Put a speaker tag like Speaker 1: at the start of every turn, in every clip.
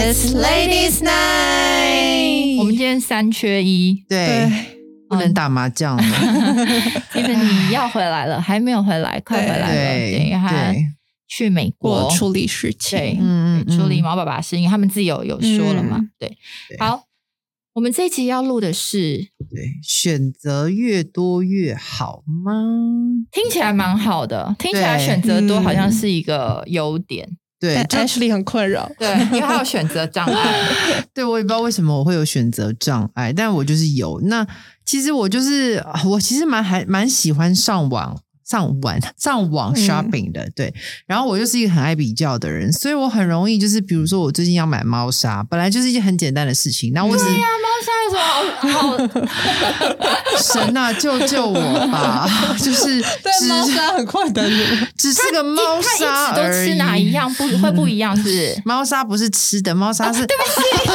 Speaker 1: Ladies Night
Speaker 2: 我们今天三缺一
Speaker 1: 对，
Speaker 3: 对，
Speaker 1: 不能打麻将了。
Speaker 2: ，Tiffany 要回来了，还没有回来，快回来了，
Speaker 1: 对
Speaker 2: 因为他
Speaker 1: 对，
Speaker 2: 去美国
Speaker 3: 我处理事
Speaker 2: 对
Speaker 3: 情，
Speaker 1: 嗯嗯，
Speaker 2: 处理毛爸爸的事情，他们自己有有说了嘛？
Speaker 3: 嗯
Speaker 2: 对，
Speaker 1: 对
Speaker 2: 好，我们这一集要录的是
Speaker 1: 对，选择越多越好吗？
Speaker 2: 听起来蛮好的，听起来
Speaker 1: 对
Speaker 2: 选择多
Speaker 3: 嗯
Speaker 2: 好像是一个优点，
Speaker 1: 对
Speaker 3: 但，Ashley 很困扰。
Speaker 2: 对，因为他有选择障碍，
Speaker 1: 对，我也不知道为什么我会有选择障碍，但我就是有。那其实我就是我其实蛮还蛮喜欢上网。上网上网
Speaker 3: 嗯
Speaker 1: shopping 的，对，然后我就是一个很爱比较的人，所以我很容易就是，比如说我最近要买猫砂，本来就是一件很简单的事情，然后我只是
Speaker 2: 那猫 砂有什么好？好
Speaker 1: 神啊，救救我 吧！就是
Speaker 3: 但猫
Speaker 1: 只
Speaker 3: 砂很困难，
Speaker 1: 只是个猫砂
Speaker 2: 它一直
Speaker 1: 而
Speaker 2: 都吃
Speaker 1: 已。？
Speaker 2: 哪一样啊不会不一样？是不是
Speaker 1: 猫砂不是吃的，猫砂是。对不 起，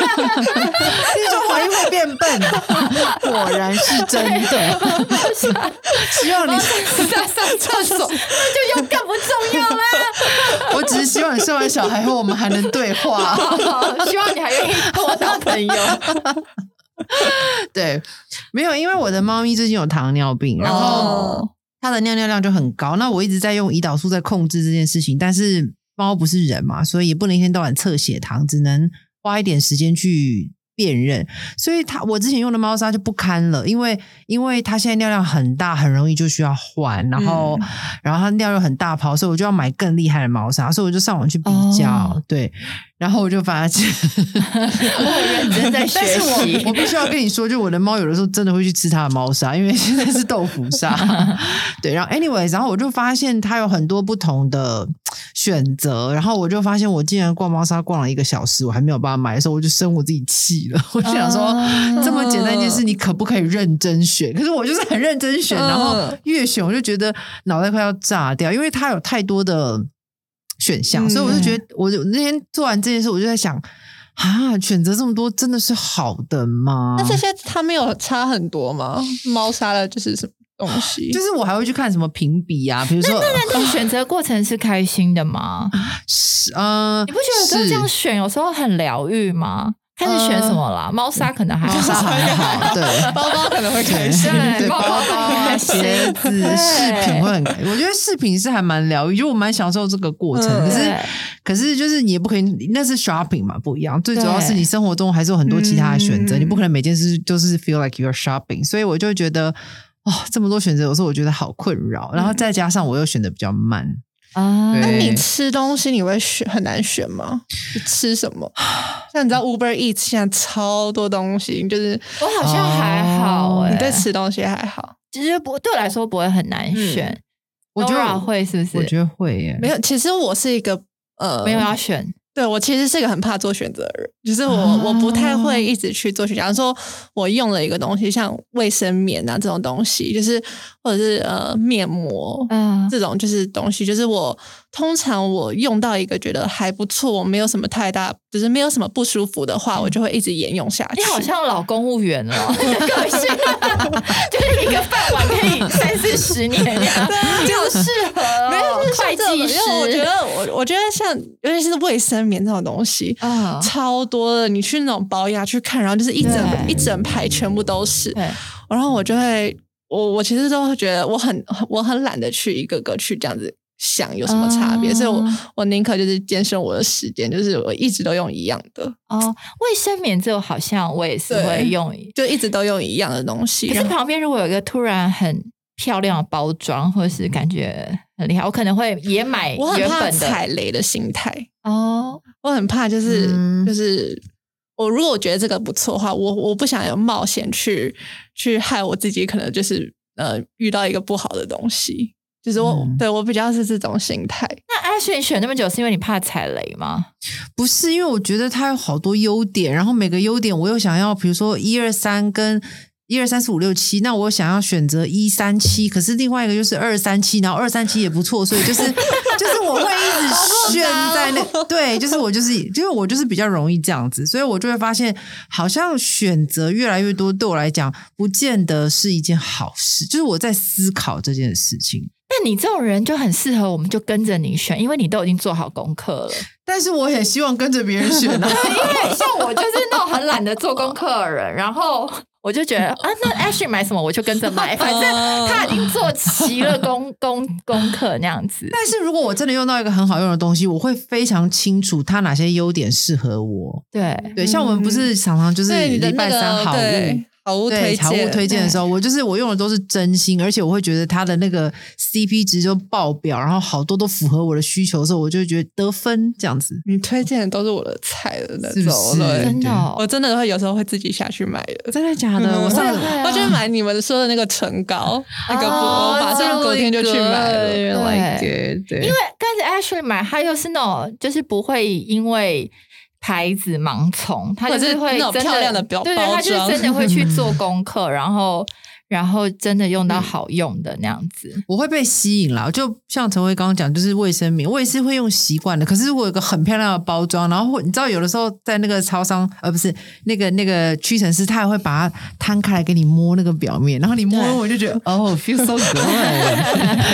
Speaker 1: 听说怀疑会变 笨，果然是真的。希望你，
Speaker 2: 在上哦 厕所，那就又更不重要啦。
Speaker 1: 我只是希望你生完小孩后，我们还能对话。
Speaker 2: 希望你还愿意跟我当朋友。
Speaker 1: 对，没有，因为我的猫咪最近有糖尿病，然后
Speaker 3: 哦
Speaker 1: 它的尿尿量就很高。那我一直在用胰岛素在控制这件事情，但是猫不是人嘛，所以也不能一天到晚测血糖，只能花一点时间去辨认。所以它我之前用的猫砂就不堪了，因为因为它现在尿量很大，很容易就需要换，然后、然后它尿又很大泡，所以我就要买更厉害的猫砂，所以我就上网去比较，
Speaker 2: 哦
Speaker 1: 对，然后我就 发现。
Speaker 2: 我很认真 在
Speaker 1: 但
Speaker 2: 学
Speaker 1: 是我
Speaker 2: 习
Speaker 1: 我。必须要跟你说，就我的猫有的时候真的会去吃它的猫砂，因为现在是豆腐 砂。对，然后 anyways，然后我就发现它有很多不同的选择，然后我就发现我竟然逛猫砂逛了一个小时，我还没有办法买的时候，我就生我自己气了。 我就想说，
Speaker 2: 啊
Speaker 1: 这么简单一件事，你可不可以认真选？可是我就是很认真选，
Speaker 3: 嗯
Speaker 1: 然后越选我就觉得脑袋快要炸掉，因为它有太多的选项，
Speaker 3: 嗯
Speaker 1: 所以我就觉得，我就那天做完这件事，我就在想。啊，选择这么多真的是好的吗？
Speaker 3: 那这些它没有差很多吗？猫砂的就是什么东西？
Speaker 1: 就是我还会去看什么评比啊，比如说，
Speaker 2: 那你选择过程是开心的吗？
Speaker 1: 啊是呃，
Speaker 2: 你不觉得跟这样
Speaker 1: 是
Speaker 2: 选有时候很疗愈吗？看你选什么啦，猫砂可能还
Speaker 1: 嗯猫砂
Speaker 2: 好。
Speaker 1: 还好，对，
Speaker 3: 啊包包可能会开
Speaker 1: 对
Speaker 3: 心。
Speaker 2: 对
Speaker 1: 包
Speaker 2: 包包
Speaker 1: 包啊、
Speaker 2: 开
Speaker 1: 鞋
Speaker 2: 心
Speaker 1: 子、
Speaker 2: 对
Speaker 1: 饰品会很，我觉得饰品是还蛮疗愈，就我蛮享受这个过程。
Speaker 3: 嗯
Speaker 1: 可是
Speaker 2: 对，
Speaker 1: 可是就是你也不可以，那是 shopping 嘛，不一样。最主要
Speaker 2: 对
Speaker 1: 是你生活中还是有很多其他的选择，
Speaker 3: 嗯
Speaker 1: 你不可能每件事就是 feel like you're shopping。所以我就会觉得，哦，这么多选择，有时候我觉得好困扰。
Speaker 2: 嗯
Speaker 1: 然后再加上我又选的比较慢，
Speaker 2: 啊
Speaker 1: 对
Speaker 3: 那你吃东西你会选很难选吗？你吃什么？像你知道 Uber Eats 现在超多东西，就是
Speaker 2: 我好像还好
Speaker 1: 哦
Speaker 2: 哎。
Speaker 3: 你在吃东西还好，
Speaker 2: 其实不对我来说不会很难选。
Speaker 1: 嗯我觉得
Speaker 2: Dora 会是不
Speaker 1: 我觉
Speaker 2: 是？
Speaker 1: 得会耶。
Speaker 3: 没有。其实我是一个呃，
Speaker 2: 没有要选，
Speaker 3: 对我其实是一个很怕做选择的人，就是我、
Speaker 2: 哦
Speaker 3: 我不太会一直去做选择。假如说我用了一个东西，像卫生棉啊这种东西，就是或者是呃面膜。
Speaker 2: 嗯，
Speaker 3: 这种就是东西，就是我通常我用到一个觉得还不错，我没有什么太大，就是没有什么不舒服的话，我就会一直沿用下去。
Speaker 2: 你哎好像老公务员 哦，你的个性就是一个饭碗可以三四十年呀， 你好适合哦
Speaker 3: 啊没有就是
Speaker 2: 会
Speaker 3: 像这种
Speaker 2: 计
Speaker 3: 因
Speaker 2: 师，
Speaker 3: 为我觉得我我觉得像尤其是卫生棉这种东西，
Speaker 2: 啊，
Speaker 3: 超多的。你去那种保养去看，然后就是一整
Speaker 2: 对
Speaker 3: 一整排全部都是，
Speaker 2: 对，
Speaker 3: 然后我就
Speaker 2: 嗯
Speaker 3: 会，我我其实都会觉得我很 我很懒得去一个个去这样子想有什么差别，
Speaker 2: 啊
Speaker 3: 所以我我宁可就是节省我的时间，就是我一直都用一样的，
Speaker 2: 哦，卫生棉这个好像我也是
Speaker 3: 对
Speaker 2: 会用，
Speaker 3: 就一直都用一样的东西。
Speaker 2: 可是
Speaker 3: 然后
Speaker 2: 旁边如果有一个突然很漂亮的包装，或是感觉很厉害，我可能会也买
Speaker 3: 我很
Speaker 2: 原
Speaker 3: 怕
Speaker 2: 本的
Speaker 3: 踩雷的心态，
Speaker 2: 哦，
Speaker 3: 我很怕就是、
Speaker 1: 嗯
Speaker 3: 就是。我如果我觉得这个不错的话，我我不想有冒险去去害我自己，可能就是呃遇到一个不好的东西，就是我、
Speaker 1: 嗯
Speaker 3: 对我比较是这种心态。
Speaker 2: 那阿璇选那么久是因为你怕踩雷吗？
Speaker 1: 不是，因为我觉得它有好多优点，然后每个优点我又想要，比如说一二三跟一二三四五六七，那我想要选择一三七，可是另外一个就是二三七，然后二三七也不错，所以就是 就是我会一直炫在那，对，就是我就是因为我就是比较容易这样子，所以我就会发现好像选择越来越多，对我来讲不见得是一件好事，就是我在思考这件事情。
Speaker 2: 但你这种人就很适合，我们就跟着你选，因为你都已经做好功课了。
Speaker 1: 但是我也希望跟着别人选啊。
Speaker 2: 因为像我就是那种很懒得做功课的人，然后我就觉 得啊，那 Ashley 买什么我就跟着买，反
Speaker 3: 哦
Speaker 2: 正他已经做齐了功功功课那样 子。
Speaker 1: 但是如果我真的用到一个很好用的东西，我会非常清楚它哪些优点适合我。
Speaker 2: 对，
Speaker 1: 对，像我们不是常常就是
Speaker 3: 嗯对你的
Speaker 1: 嗯礼
Speaker 3: 那
Speaker 1: 拜
Speaker 3: 个
Speaker 1: 三好物
Speaker 3: 对。好物
Speaker 1: 对
Speaker 3: 推
Speaker 1: 财务
Speaker 3: 荐，
Speaker 1: 推荐的时候，我就是我用的都是真心，而且我会觉得它的那个 CP 值就爆表，然后好多都符合我的需求的时候，我就会觉得得分这样子。
Speaker 3: 你推荐的都是我的菜的那
Speaker 1: 是不
Speaker 3: 种
Speaker 1: 是
Speaker 3: 对
Speaker 2: 真的哦、
Speaker 3: 我真的会有时候会自己下去买的。
Speaker 1: 真的假
Speaker 3: 嗯
Speaker 1: 的？我上
Speaker 2: 会
Speaker 1: 次
Speaker 2: 会啊
Speaker 3: 我就买你们说的那个唇膏，那个
Speaker 2: 哦
Speaker 3: 我马上隔天就去买了。
Speaker 1: 这
Speaker 2: 个
Speaker 3: Like it，对，
Speaker 2: 因为跟着 Ashley 买，他又是那种就是不会因为牌子盲从，他就是
Speaker 3: 或者
Speaker 2: 会
Speaker 3: 是那种
Speaker 2: 真的
Speaker 3: 漂亮的标
Speaker 2: 对对，
Speaker 3: 包
Speaker 2: 他就是
Speaker 3: 装
Speaker 2: 真的会去做功课，然后然后真的用到好用的那样子。
Speaker 1: 我会被吸引啦，就像陈辉刚刚讲，就是卫生棉，我也是会用习惯的。可是如果有个很漂亮的包装，然后会你知道有的时候在那个超商，呃，不是那个那个屈臣氏，他也会把它摊开来给你摸那个表面，然后你摸
Speaker 2: 对
Speaker 1: 我就觉得 哦，feel so good，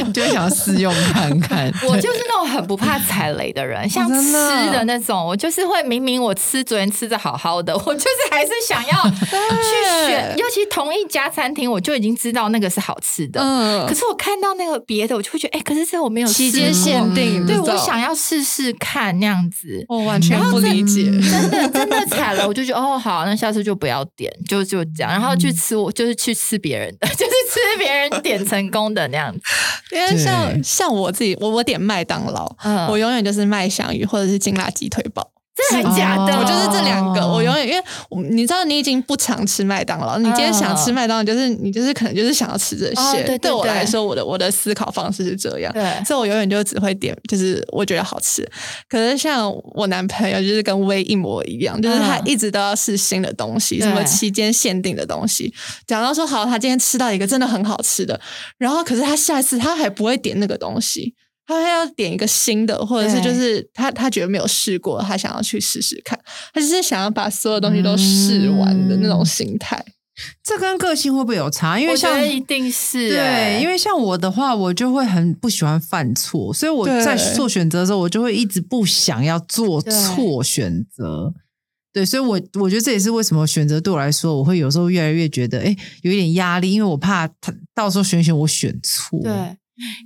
Speaker 1: 你就会 想要试用看看。
Speaker 2: 我就是那种很不怕踩雷的
Speaker 3: 哦
Speaker 2: 人，像吃的那种，我就是会明明我吃昨天吃的好好的，我就是还是想要 去选，尤其同一家餐厅，我就已经知道那个是好吃的，
Speaker 3: 嗯
Speaker 2: 可，是我看到那个别的，我就会觉得，哎、可是这个我没有
Speaker 3: 期
Speaker 2: 试
Speaker 3: 间
Speaker 2: 过
Speaker 3: 限定
Speaker 2: 对
Speaker 3: 你知道
Speaker 2: 我想要试试看那样子。
Speaker 3: 我完全
Speaker 2: 然后
Speaker 3: 不
Speaker 2: 这
Speaker 3: 理解。
Speaker 1: 嗯
Speaker 2: 真的真的踩了，我就觉得哦好，那下次就不要点，就就这
Speaker 3: 嗯
Speaker 2: 样，然后去吃我就是去吃别人的， 就是吃别人点成功的那样子。
Speaker 3: 因为
Speaker 1: 对
Speaker 3: 像像我自己，我我点麦当劳，
Speaker 2: 嗯，
Speaker 3: 我永远就是麦香鱼或者是金辣鸡腿堡。
Speaker 2: 真的很假的，
Speaker 1: 哦
Speaker 3: 我就是这两个，
Speaker 1: 哦
Speaker 3: 我永远因为我你知道，你已经不常吃麦当
Speaker 2: 嗯
Speaker 3: 劳，你今天想吃麦当劳，就是你就是可能就是想要吃这
Speaker 2: 哦
Speaker 3: 些。
Speaker 2: 对对
Speaker 3: 我
Speaker 2: 对
Speaker 3: 来说，我的我的思考方式是这样，
Speaker 2: 对
Speaker 3: 所以我永远就只会点就是我觉得好吃。可是像我男朋友就是跟威一模一样，就是他
Speaker 2: 嗯
Speaker 3: 一直都要试新的东西，
Speaker 2: 对
Speaker 3: 什么期间限定的东西。讲到说好，他今天吃到一个真的很好吃的，然后可是他下一次他还不会点那个东西。他要点一个新的，或者是
Speaker 2: 对
Speaker 3: 就是他他觉得没有试过，他想要去试试看，他就是想要把所有东西都试完的
Speaker 1: 嗯
Speaker 3: 那种心态。
Speaker 1: 这跟个性会不会有差？因为
Speaker 2: 我觉
Speaker 1: 像
Speaker 2: 得一定是欸
Speaker 1: 对，因
Speaker 2: 为
Speaker 1: 为像我的话，我就会很不喜欢犯错，所以我在
Speaker 3: 对
Speaker 1: 做选择的时候，我就会一直不想要做错选择。对，所以我，我觉得这也是为什么选择对我来说，我会有时候越来越觉得，哎，有一点压力，因为我怕他到时候选选我选
Speaker 3: 嗯
Speaker 1: 错。哦
Speaker 2: 对。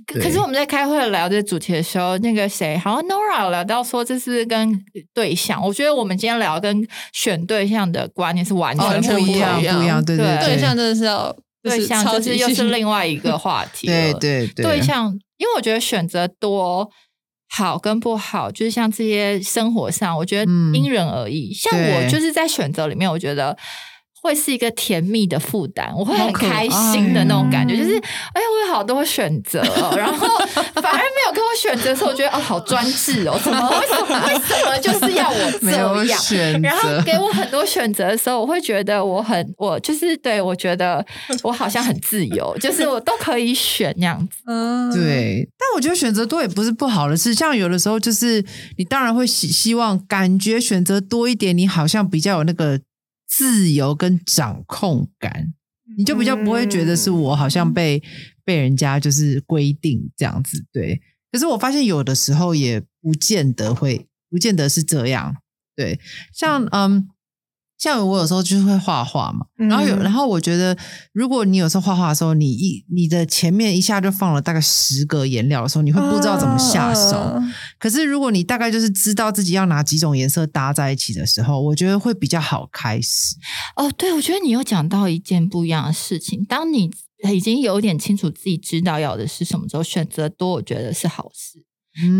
Speaker 2: 可
Speaker 1: 对
Speaker 2: 可是我们在开会聊这主题的时候，那个谁，好像 Nora 有聊到说，这是跟对象。我觉得我们今天聊跟选对象的观念是完
Speaker 1: 哦，
Speaker 2: 全
Speaker 3: 完全
Speaker 1: 不
Speaker 2: 一
Speaker 1: 一样，
Speaker 2: 样
Speaker 1: 不
Speaker 2: 的。
Speaker 1: 一样，对
Speaker 2: 对
Speaker 1: 对，
Speaker 3: 对象真的是要就
Speaker 2: 对
Speaker 3: 是
Speaker 2: 象
Speaker 3: 超
Speaker 2: 就
Speaker 3: 级
Speaker 2: 是又是
Speaker 3: 细
Speaker 2: 另外一个话题 了。
Speaker 1: 对对对
Speaker 2: 对象，因为我觉得选择多好跟不好，就是像这些生活上，我觉得
Speaker 1: 嗯
Speaker 2: 因人而异。像
Speaker 1: 对
Speaker 2: 我就是在选择里面，我觉得。会是一个甜蜜的负担，我会
Speaker 1: 好
Speaker 2: 很
Speaker 1: 可嗯
Speaker 2: 开心的那种感觉，
Speaker 3: 爱
Speaker 2: 就是哎，我有好多选择哦、然后反而没有跟我选择的时候，我觉得哦，好专制哦，怎么为什么为什么就是要我
Speaker 1: 没有
Speaker 2: 这样？
Speaker 1: 选择，
Speaker 2: 然后给我很多选择的时候，我会觉得我很我就是对我觉得我好像很自由，就是我都可以选那样子。
Speaker 3: 嗯，
Speaker 1: 对，但我觉得选择多也不是不好的事，像有的时候就是你当然会希希望感觉选择多一点，你好像比较有那个自由跟掌控感，你就比较不会觉得是我好像被、被人家就是规定这样子，对。可是我发现有的时候也不见得会，不见得是这样，对。像嗯，像我有时候就是会画画嘛，然后有，
Speaker 3: 嗯
Speaker 1: 然后我觉得，如果你有时候画画的时候，你一你的前面一下就放了大概十个颜料的时候，你会不知道怎么下手。
Speaker 2: 啊
Speaker 3: 嗯
Speaker 1: 可是如果你大概就是知道自己要哪几种颜色搭在一起的时候，我觉得会比较好开始。
Speaker 2: 哦，对，我觉得你有讲到一件不一样的事情，当你已经有点清楚自己知道要的是什么之后，选择多，我觉得是好事。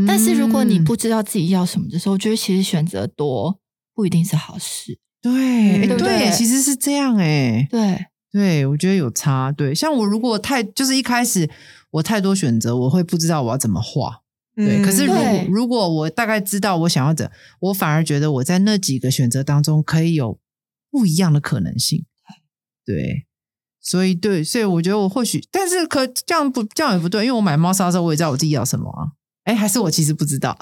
Speaker 2: 但是如果你
Speaker 1: 嗯
Speaker 2: 不知道自己要什么的时候，我觉得其实选择多不一定是好事。
Speaker 1: 对、诶
Speaker 3: 对不
Speaker 1: 对
Speaker 2: 嗯对
Speaker 1: 其实是这样哎、
Speaker 2: 对，
Speaker 1: 对我觉得有差。对，像我如果太就是一开始我太多选择，我会不知道我要怎么画。对，
Speaker 3: 嗯
Speaker 1: 可是如果
Speaker 2: 嗯对
Speaker 1: 如果我大概知道我想要怎，我反而觉得我在那几个选择当中可以有不一样的可能性。对，所以对，所以我觉得我或许，但是可这样不这样也不对，因为我买猫砂的时候我也知道我自己要什么啊。哎，还是我其实不知道。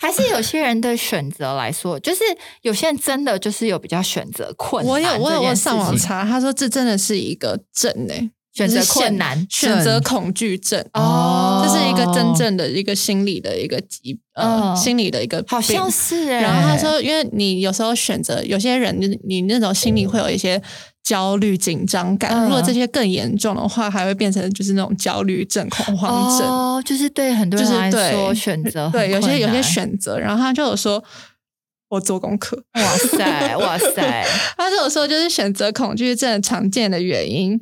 Speaker 2: 还是有些人对选择来说，就是有些人真的就是有比较选择困难。
Speaker 3: 我有我有我有上网
Speaker 2: 查。
Speaker 3: 查，他说这真的是一个症诶、
Speaker 2: 选择困难，
Speaker 3: 选择恐惧症
Speaker 1: 哦
Speaker 3: 这是一个真正的一个心理的一个疾，
Speaker 2: 哦
Speaker 1: 嗯
Speaker 3: 呃，心理的一个病
Speaker 2: 好像是哎、
Speaker 3: 然后他说，因为你有时候选择有些人，就是你那种心里会有一些焦虑、紧张感。
Speaker 2: 嗯
Speaker 3: 如果这些更严重的话，还会变成就是那种焦虑症、恐慌症。
Speaker 2: 哦，就是对很多人
Speaker 3: 就是
Speaker 2: 来
Speaker 3: 对
Speaker 2: 说选择很
Speaker 3: 对，有些有些
Speaker 2: 困难，
Speaker 3: 选择，然后他就有说，我做功课，
Speaker 2: 哇 塞哇塞，
Speaker 3: 他就有说，就是选择恐惧症常见的原因，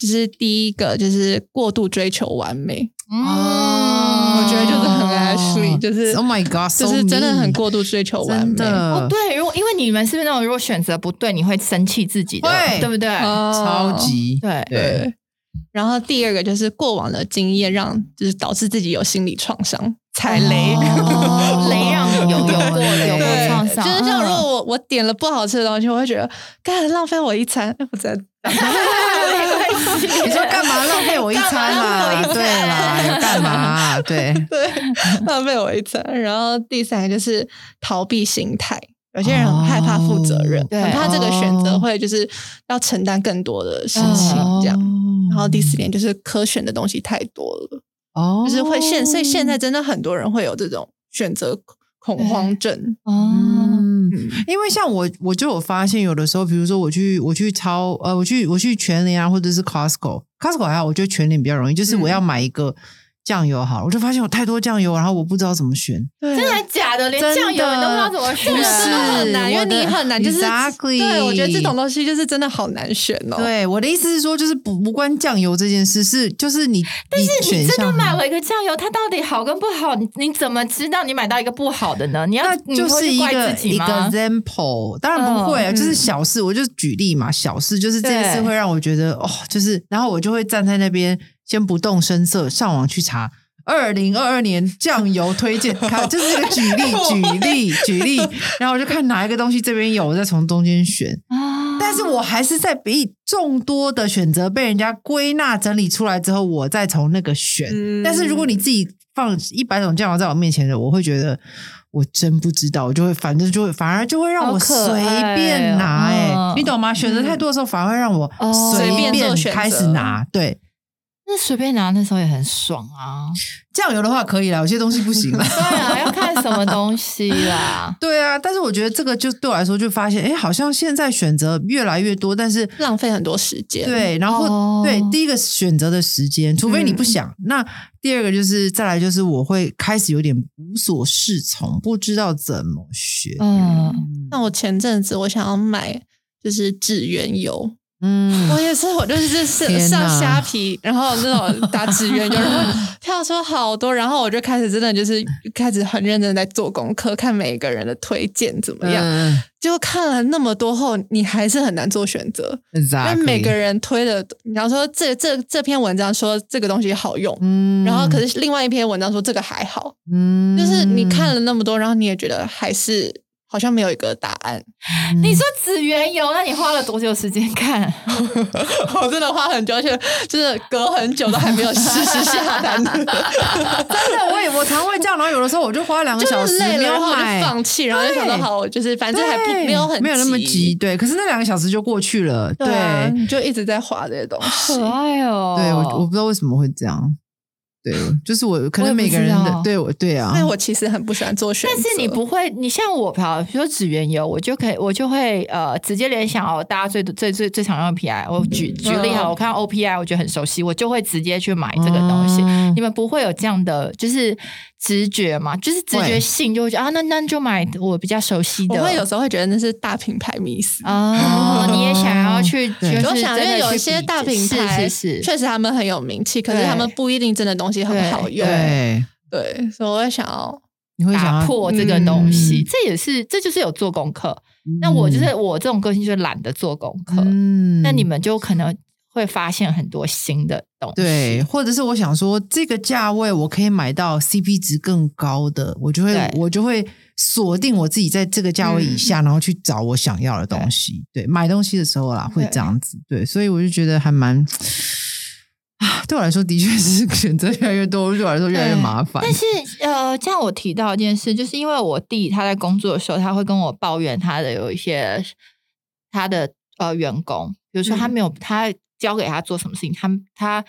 Speaker 3: 就是第一个就是过度追求完美，
Speaker 1: 哦
Speaker 2: 嗯，
Speaker 3: 我觉得就是很 Ashley，就是
Speaker 1: Oh my God，so
Speaker 3: 就是真的
Speaker 1: mean
Speaker 3: 很过度追求完
Speaker 1: 真
Speaker 3: 美。
Speaker 2: 哦
Speaker 1: 的，
Speaker 2: 对，如果因为你们是不是那种如果选择不对，你会生气自己的，
Speaker 1: 会
Speaker 2: 对不对？
Speaker 3: 哦
Speaker 1: 超级
Speaker 2: 对
Speaker 1: 对，
Speaker 3: 然后第二个就是过往的经验让，就是导致自己有心理创伤，踩雷。
Speaker 1: 哦
Speaker 2: 雷让你有有过有过
Speaker 3: 对
Speaker 2: 创伤，
Speaker 3: 就是像
Speaker 2: 嗯
Speaker 3: 如果我我点了不好吃的东西，我会觉得，干浪费我一餐，哎我真的
Speaker 1: 你说干嘛浪费我一餐
Speaker 2: 干嘛浪费
Speaker 1: 啦？
Speaker 2: 我一餐
Speaker 1: 对啦，你干嘛啊？对，
Speaker 3: 对浪费我一餐。然后第三个就是逃避心态，有些人很害怕负责任，
Speaker 2: 哦对
Speaker 3: 很怕这个选择会就是要承担更多的事情
Speaker 2: 嗯
Speaker 3: 这样。
Speaker 1: 样
Speaker 3: 然后第四点就是可选的东西太多了，
Speaker 1: 哦
Speaker 3: 就是会现，所以现在真的很多人会有这种选择恐慌症。
Speaker 2: 哦，
Speaker 1: 嗯，
Speaker 3: 嗯
Speaker 1: 因为像我，我就有发现，有的时候，比如说我去我去超呃，我去我去全联啊，或者是 Costco，Costco 还好，我觉得全联比较容易，
Speaker 3: 嗯
Speaker 1: 就是我要买一个酱油好了，我就发现有太多酱油，然后我不知道怎么选。
Speaker 3: 对
Speaker 2: 真的还假的？连
Speaker 1: 真的
Speaker 2: 酱油你都不知道怎么选，啊
Speaker 1: 不
Speaker 3: 真的真的很难，因为
Speaker 1: 我的
Speaker 3: 你很难，就是
Speaker 1: Exactly
Speaker 3: 对我觉得这种东西就是真的好难选哦。
Speaker 1: 对，我的意思是说，就是不不关酱油这件事，是就是你，但是
Speaker 2: 你真的买了一个酱油，它到底好跟不好？你你怎么知道你买到一个不好的呢？你要
Speaker 1: 那
Speaker 2: 你
Speaker 1: 就
Speaker 2: 会
Speaker 1: 是
Speaker 2: 去
Speaker 1: 一
Speaker 2: 怪
Speaker 1: 个
Speaker 2: 自己
Speaker 1: 一
Speaker 2: 吗啊
Speaker 1: 个 example，当然不会啊，
Speaker 3: 嗯
Speaker 1: 就是小事，我就举例嘛，小事就是这件事
Speaker 2: 对
Speaker 1: 会让我觉得哦，就是，然后我就会站在那边先不动声色，上网去查。二零二二年酱油推荐， 看就是这个举例举例举例，然后我就看哪一个东西这边有，我再从中间选。
Speaker 2: 啊
Speaker 1: 但是我还是在比众多的选择被人家归纳整理出来之后，我再从那个选。
Speaker 3: 嗯
Speaker 1: 但是如果你自己放一百种酱油在我面前的，我会觉得我真不知道，我就会反正就会反而就会让我
Speaker 2: 好
Speaker 1: 随
Speaker 2: 可爱哦
Speaker 1: 便拿、欸，
Speaker 2: 嗯
Speaker 1: 你懂吗？选择太多的时候，反而会让我
Speaker 2: 哦
Speaker 1: 随
Speaker 3: 随便做选择
Speaker 1: 开始拿。 对
Speaker 2: 那随便拿那时候也很爽啊。
Speaker 1: 酱油的话可以啦，有些东西不行了。。
Speaker 2: 对啊，要看什么东西啦
Speaker 1: 对啊，但是我觉得这个就对我来说，就发现哎，诶好像现在选择越来越多，但是
Speaker 3: 浪费很多时间。，
Speaker 1: 对，然后、
Speaker 2: 哦
Speaker 1: 对第一个选择的时间，除非你不想。那第二个就是再来就是我会开始有点无所适从，不知道怎么选。啊
Speaker 2: 嗯，
Speaker 3: 那我前阵子我想要买就是指缘油，
Speaker 1: 嗯
Speaker 3: 我也是，我就是
Speaker 1: 天
Speaker 3: 是
Speaker 1: 哪
Speaker 3: 上虾皮，然后那种打指缘油，然后 跳出好多，然后我就开始真的就是开始很认真地在做功课，看每一个人的推荐怎么样。
Speaker 1: 嗯
Speaker 3: 结果看了那么多后，你还是很难做选择，因为
Speaker 1: exactly
Speaker 3: 每个人推的，你要说这这这篇文章说这个东西好用，
Speaker 1: 嗯
Speaker 3: 然后可是另外一篇文章说这个还好，
Speaker 1: 嗯
Speaker 3: 就是你看了那么多，然后你也觉得还是好像没有一个答 案。
Speaker 2: 你说紫原油，那你花了多久时间 看？
Speaker 3: 我真的花很久，而且就是隔很久都还没有实施下单，
Speaker 1: 真的，我也我常会这样，然后有的时候我就花两个
Speaker 3: 就
Speaker 1: 小
Speaker 3: 是
Speaker 1: 时
Speaker 3: 累
Speaker 1: 没
Speaker 3: 了，然
Speaker 1: 有
Speaker 3: 后我就
Speaker 1: 买，
Speaker 3: 放弃，然后就想到
Speaker 1: 对
Speaker 3: 好，我就是反正还不
Speaker 1: 对
Speaker 3: 没有很
Speaker 1: 没有那么急，，对。可是那两个小时就过去了，对
Speaker 3: 对啊，你就一直在划这些东 西。
Speaker 2: 爱哦
Speaker 1: 对，我我不知道为什么会这样，对，就是我可能每个人
Speaker 2: 我也不知
Speaker 1: 的
Speaker 2: 道
Speaker 1: 对我对啊，
Speaker 3: 但我其实很不喜欢做选择，
Speaker 2: 但是你不会，你像我吧，比如说指缘油，我就可以，我就会呃直接联想哦，大家最最最最常用的 PI，我举举例啊
Speaker 3: 嗯
Speaker 2: 好了，我看到 OPI，我觉得很熟悉，我就会直接去买这个东西。
Speaker 1: 嗯
Speaker 2: 你们不会有这样的就是直觉吗？就是直觉性就会觉得啊，那那就买我比较熟悉的。
Speaker 3: 我会有时候会觉得那是大品牌迷思。
Speaker 2: 哦，你也想要去，就
Speaker 1: 对
Speaker 2: 是
Speaker 3: 我想，因
Speaker 2: 真的
Speaker 3: 为
Speaker 2: 去
Speaker 3: 有一些
Speaker 2: 比
Speaker 3: 大品牌
Speaker 2: 是是是，
Speaker 3: 确实他们很有名气，可是
Speaker 2: 对
Speaker 3: 他们不一定真的东西很好用。
Speaker 1: 对，
Speaker 3: 对，所以我会想要
Speaker 1: 你会想
Speaker 2: 打
Speaker 1: 要嗯
Speaker 2: 破这个东西，这也是这就是有做功课。那我就是我这种个性就懒得做功课，
Speaker 1: 嗯
Speaker 2: 那你们就可能会发现很多新的东西。
Speaker 1: 对，或者是我想说，这个价位我可以买到 CP 值更高的，我就会
Speaker 2: 对嗯
Speaker 1: 我就会锁定我自己在这个价位以下，然后去找我想要的东西。对，买东西的时候啦，会
Speaker 2: 对
Speaker 1: 这样子。对，所以我就觉得还蛮。 啊，对我来说的确是选择越来越多，对我来说越来越
Speaker 2: 对
Speaker 1: 麻烦。
Speaker 2: 但是呃，像我提到一件事，就是因为我弟他在工作的时候，他会跟我
Speaker 1: 嗯
Speaker 2: 抱怨他的有一些他的呃员工，比如说他没有、他交给他做什么事情，他他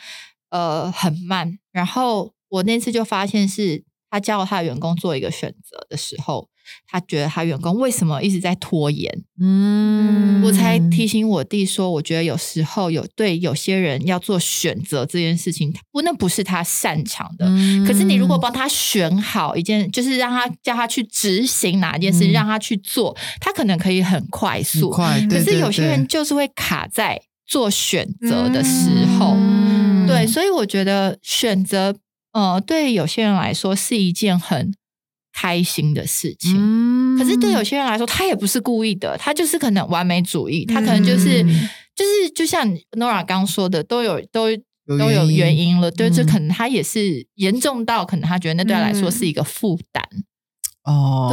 Speaker 2: 呃很慢。然后我那次就发现是他教他的员工做一个选择的时候，他觉得他员工为什么一直在拖延？
Speaker 1: 嗯
Speaker 2: 我才提醒我弟说，我觉得有时候有对有些人要做选择这件事情，不那不是他擅长的。
Speaker 1: 嗯
Speaker 2: 可是你如果帮他选好一件，就是让他叫他去执行哪一件事，
Speaker 1: 嗯
Speaker 2: 让他去做，他可能可以很快
Speaker 1: 很
Speaker 2: 速。
Speaker 1: 快，
Speaker 2: 可
Speaker 1: 对
Speaker 2: 是
Speaker 1: 对
Speaker 2: 有些
Speaker 1: 对
Speaker 2: 人就是会卡在做选择的时候，
Speaker 1: 嗯
Speaker 2: 对，所以我觉得选择，呃，对有些人来说是一件很开心的事情。
Speaker 1: 嗯
Speaker 2: 可是对有些人来说，他也不是故意的，他就是可能完美主义，他可能就是、
Speaker 1: 嗯
Speaker 2: 就是就像 Nora 刚说的，都有都
Speaker 1: 有
Speaker 2: 都有原因了，对，这
Speaker 1: 嗯
Speaker 2: 可能他也是严重到可能他觉得那对他来说是一个负担，
Speaker 1: 哦，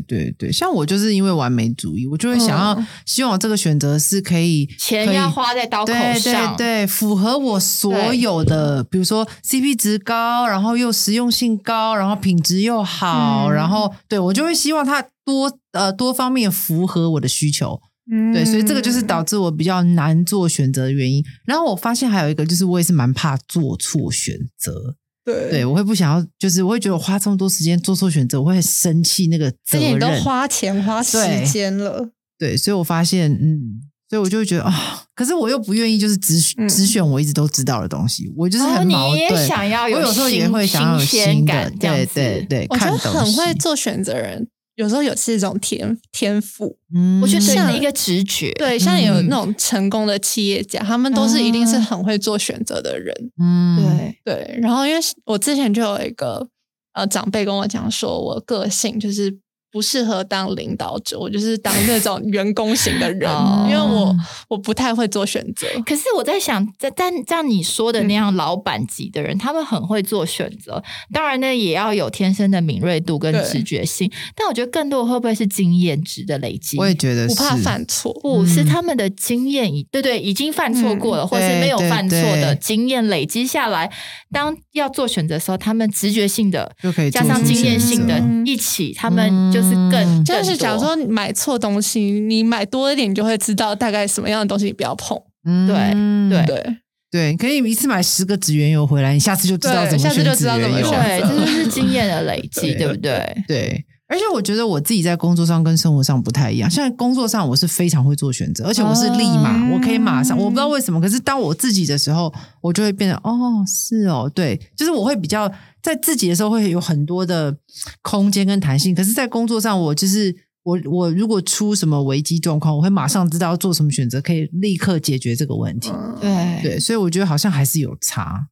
Speaker 1: 对对对，像我就是因为完美主义，我就会想要、
Speaker 3: 嗯
Speaker 1: 希望我这个选择是可以
Speaker 2: 钱要。花在刀
Speaker 1: 可
Speaker 2: 口
Speaker 1: 以对
Speaker 2: 上，
Speaker 1: 对对，符合我所有的，比如说 CP 值高，然后又实用性高，然后品质又好，
Speaker 2: 嗯
Speaker 1: 然后对我就会希望它多呃多方面符合我的需求。对，所以这个
Speaker 3: 嗯
Speaker 1: 就是
Speaker 2: 嗯
Speaker 1: 导致我比较难做选择的原因。然后我发现还有一个就是，我也是蛮怕做错选择。
Speaker 3: 对
Speaker 1: 对，我会不想要，就是我会觉得我花这么多时间做错选择，我会很生气那个责
Speaker 3: 而且
Speaker 1: 任。
Speaker 3: 你都花钱花时间了，
Speaker 1: 对，所以我发现，嗯，所以我就会觉得啊，可是我又不愿意，就是只
Speaker 3: 嗯
Speaker 1: 只选我一直都知道的东西，我就是
Speaker 2: 哦，
Speaker 1: 很矛
Speaker 2: 你
Speaker 1: 盾。
Speaker 2: 也想要
Speaker 1: 我有时候也
Speaker 2: 新
Speaker 1: 会想要有
Speaker 2: 新
Speaker 1: 新
Speaker 2: 鲜
Speaker 1: 的
Speaker 2: 感，，这样
Speaker 1: 对
Speaker 2: 子，
Speaker 1: 对对，
Speaker 3: 我觉
Speaker 1: 看
Speaker 3: 得
Speaker 1: 东
Speaker 3: 很
Speaker 1: 西
Speaker 3: 会，做选择人，有时候有是一种天天赋。
Speaker 1: 嗯
Speaker 2: 我觉得对你
Speaker 3: 像
Speaker 2: 的一个直觉，
Speaker 3: 对，像有
Speaker 2: 嗯
Speaker 3: 那种成功的企业家，他们都是一定是很会做选择的人。
Speaker 1: 嗯，
Speaker 2: 对，
Speaker 3: 对，然后因为我之前就有一个呃长辈跟我讲说，我个性就是不适合当领导者，我就是当 那种员工型的人，
Speaker 2: 哦
Speaker 3: 因为我我不太会做选择。
Speaker 2: 可是我在想，在但像你
Speaker 1: 嗯
Speaker 2: 说的那样老板级的人，他们很会做选择，当然呢，也要有天生的敏锐度跟
Speaker 3: 对
Speaker 2: 直觉性。但我觉得更多会不会是经验值的累积？
Speaker 1: 我也觉得
Speaker 3: 不怕
Speaker 1: 是
Speaker 3: 犯错，
Speaker 2: 不是
Speaker 1: 嗯
Speaker 2: 他们的经验已对对已经犯错过了，
Speaker 3: 嗯
Speaker 2: 或是没有
Speaker 1: 对
Speaker 2: 犯错
Speaker 1: 对
Speaker 2: 的
Speaker 1: 对
Speaker 2: 经验累积下来，当要做选择的时候，他们直觉性的
Speaker 1: 就可以
Speaker 2: 加
Speaker 1: 做
Speaker 2: 上
Speaker 1: 出
Speaker 2: 经验
Speaker 1: 选
Speaker 2: 性的
Speaker 1: 择
Speaker 2: 一起，他们就是更
Speaker 1: 嗯
Speaker 3: 但是假如。
Speaker 2: 更多
Speaker 3: 说你买错东西，你买多一点，你就会知道大概什么样的东西你不要碰。
Speaker 1: 嗯
Speaker 2: 对
Speaker 3: 对，
Speaker 1: 对，可以一次买十个紫原油回来，你下次就知道
Speaker 3: 对
Speaker 1: 怎么
Speaker 3: 下次
Speaker 1: 选
Speaker 3: 就
Speaker 1: 紫
Speaker 3: 知道怎
Speaker 1: 原
Speaker 3: 么
Speaker 1: 油
Speaker 3: 选
Speaker 1: 了
Speaker 2: 对，
Speaker 3: 选择
Speaker 2: 这就是经验的累
Speaker 1: 对
Speaker 2: 积，对不对？
Speaker 1: 对，而且我觉得我自己在工作上跟生活上不太一样。像工作上，我是非常会做选择，而且我是立马，
Speaker 3: 哦
Speaker 1: 我可以马上。我不知道为什么，可是当我自己的时候，我就会变得哦，是哦，对，就是我会比较在自己的时候会有很多的空间跟弹性。可是，在工作上，我就是我我如果出什么危机状况，我会马上知道要做什么选择，可以立刻解决这个问题。
Speaker 3: 嗯，
Speaker 2: 对
Speaker 1: 对，所以我觉得好像还是有差。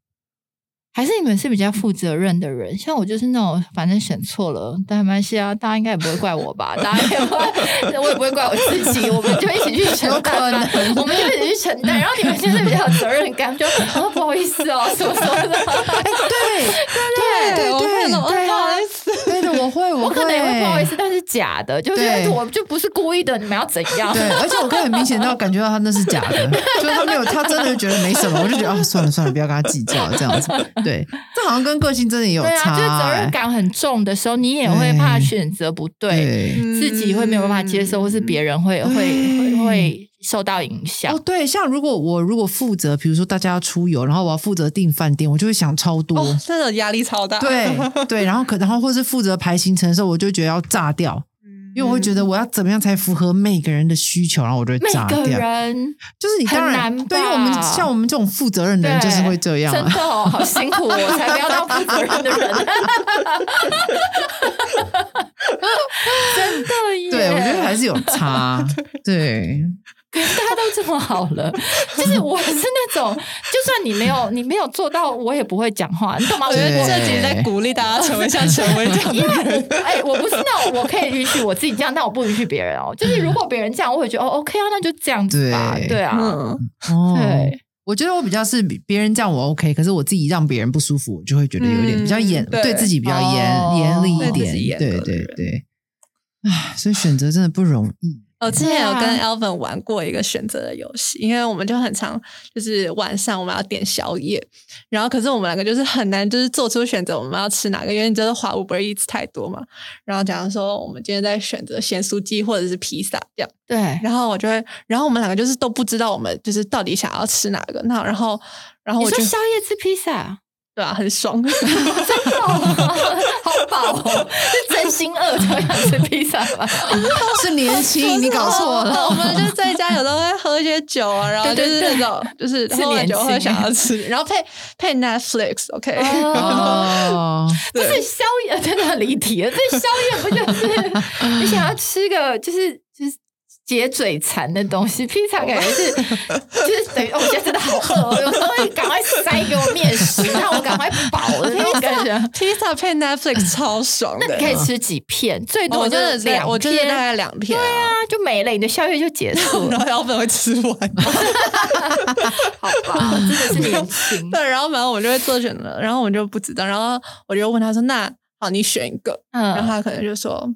Speaker 2: 还是你们是比较负责任的人，像我就是那种反正选错了，但没关系啊，大家应该也不会怪我 吧？大家也不会，我也不会怪我自己，我们就一起去承担吧，我们就一起去承担。然后你们就是比较有责任感，就、哦、不好意思 哦，什么什么的，
Speaker 1: 对
Speaker 3: 对
Speaker 1: 对
Speaker 3: 我
Speaker 1: 对
Speaker 3: 看了哦
Speaker 2: 对
Speaker 3: 不
Speaker 2: 啊
Speaker 3: 好意思
Speaker 1: 对的，我会，
Speaker 2: 我可能也会不好意
Speaker 1: 会
Speaker 2: 思，但是假的，就是
Speaker 1: 对
Speaker 2: 我就不是故意的，你们要怎样？
Speaker 1: 对，而且我可以很明显到感觉到他那是假 的，就是他没有，他真的觉得没什么，我就觉得啊，算了算了，不要跟他计较这 样子。对，这好像跟个性真的也有
Speaker 2: 对
Speaker 1: 差、
Speaker 2: 啊，就是责任
Speaker 1: 欸。
Speaker 2: 感很重的时候，你也会怕选择不对，
Speaker 1: 对，
Speaker 2: 自己会没有办法接
Speaker 1: 嗯
Speaker 3: 嗯
Speaker 2: 受，或是别人会会会会受到影响
Speaker 1: 哦。对，像如果我如果负责，比如说大家要出游，然后我要负责订饭店，我就会想超多。
Speaker 3: 哦，真的压力超大。
Speaker 1: 对对，然后可然后或是负责排行程的时候，我就觉得要炸掉，
Speaker 2: 嗯
Speaker 1: 因为我会觉得我要怎么样才符合每个人的需求，然后我就会
Speaker 2: 每
Speaker 1: 炸
Speaker 2: 个
Speaker 1: 掉。
Speaker 2: 人
Speaker 1: 就是你当然
Speaker 2: 嗯很难
Speaker 1: 对，因为我们
Speaker 2: 吧
Speaker 1: 像我们这种负责任的人，就是会这样、
Speaker 2: 对
Speaker 1: 啊
Speaker 2: 真。的哦，好辛苦、哦，我才不要当负责任的人。真的耶！
Speaker 1: 对，我觉得还是有 差。对，
Speaker 2: 大家都这么好了，就是我是那种，就算你没有你没有做到，我也不会讲话，你懂吗？
Speaker 3: 我
Speaker 2: 我
Speaker 3: 觉
Speaker 2: 觉
Speaker 3: 得
Speaker 2: 得
Speaker 3: 这集在鼓励大家成为像陈威这样的人。
Speaker 2: 哎、我不是那种我可以允许我自己这样，但我不允许别人哦。就是如果别人这样，我会觉得哦，OK 啊，那就这样子吧。
Speaker 1: 对
Speaker 2: 对啊，
Speaker 3: 嗯，
Speaker 1: 哦，
Speaker 2: 对，
Speaker 1: 我觉得我比较是比别人这样我 OK，可是我自己让别人不舒服，我就会觉得有一点
Speaker 3: 嗯
Speaker 1: 比较严，
Speaker 3: 对
Speaker 1: 对自己比较严
Speaker 2: 哦
Speaker 1: 严厉一
Speaker 3: 对自
Speaker 1: 点
Speaker 3: 己。严格
Speaker 1: 对
Speaker 3: 的
Speaker 1: 对
Speaker 3: 人
Speaker 1: 对，唉，所以选择真的不容易。
Speaker 3: 我之前有
Speaker 2: 对
Speaker 3: 跟
Speaker 2: 啊
Speaker 3: Elvin 玩过一个选择的游戏，因为我们就很常就是晚上我们要点宵夜，然后可是我们两个就是很难就是做出选择我们要吃哪个，因为你知道华 Uber Eats 太多嘛。然后假如说我们今天在选择咸酥鸡或者是披萨这样，
Speaker 2: 对，
Speaker 3: 然后我就会，然后我们两个就是都不知道我们就是到底想要吃哪个，那然后然后
Speaker 2: 你
Speaker 3: 我就
Speaker 2: 说宵夜吃披 萨，
Speaker 3: 对啊，很爽。
Speaker 2: 真的 吗好饱哦，是真心饿才想吃披萨吗？
Speaker 1: 是年轻，你搞错 了。
Speaker 3: 我们就在家有时候会喝一些酒啊，然后就
Speaker 2: 对
Speaker 3: 是
Speaker 2: 对对
Speaker 3: 那种就是喝完酒会想要吃，然后配配 Netflix，OK，、
Speaker 1: 哦，
Speaker 2: 不
Speaker 3: 对
Speaker 2: 是宵夜， 真的很离题了。这宵夜不就是你想要吃个就是就是解嘴馋的东西？披萨感觉是就是等于哦我觉得真的好饿，有时候会赶快塞给我面食，让我赶快饱的那种感 觉。
Speaker 3: 披萨配 Netflix 超爽
Speaker 2: 那
Speaker 3: 的
Speaker 2: 你。可以吃几片？最
Speaker 3: 哦
Speaker 2: 多
Speaker 3: 我
Speaker 2: 就
Speaker 3: 真的
Speaker 2: 是
Speaker 3: 是
Speaker 2: 两
Speaker 3: 我就是大
Speaker 2: 片，
Speaker 3: 概两片、啊，
Speaker 2: 啊，就没了，你的宵夜就结束了
Speaker 3: 然，后要不然会吃完。
Speaker 2: 好吧？ 真的是年轻。
Speaker 3: 对，然后反正我就会做选择，然后我就不知道，然后我就问他说：“那好，你选一个。”然 后
Speaker 2: 嗯，
Speaker 3: 他可能就说：“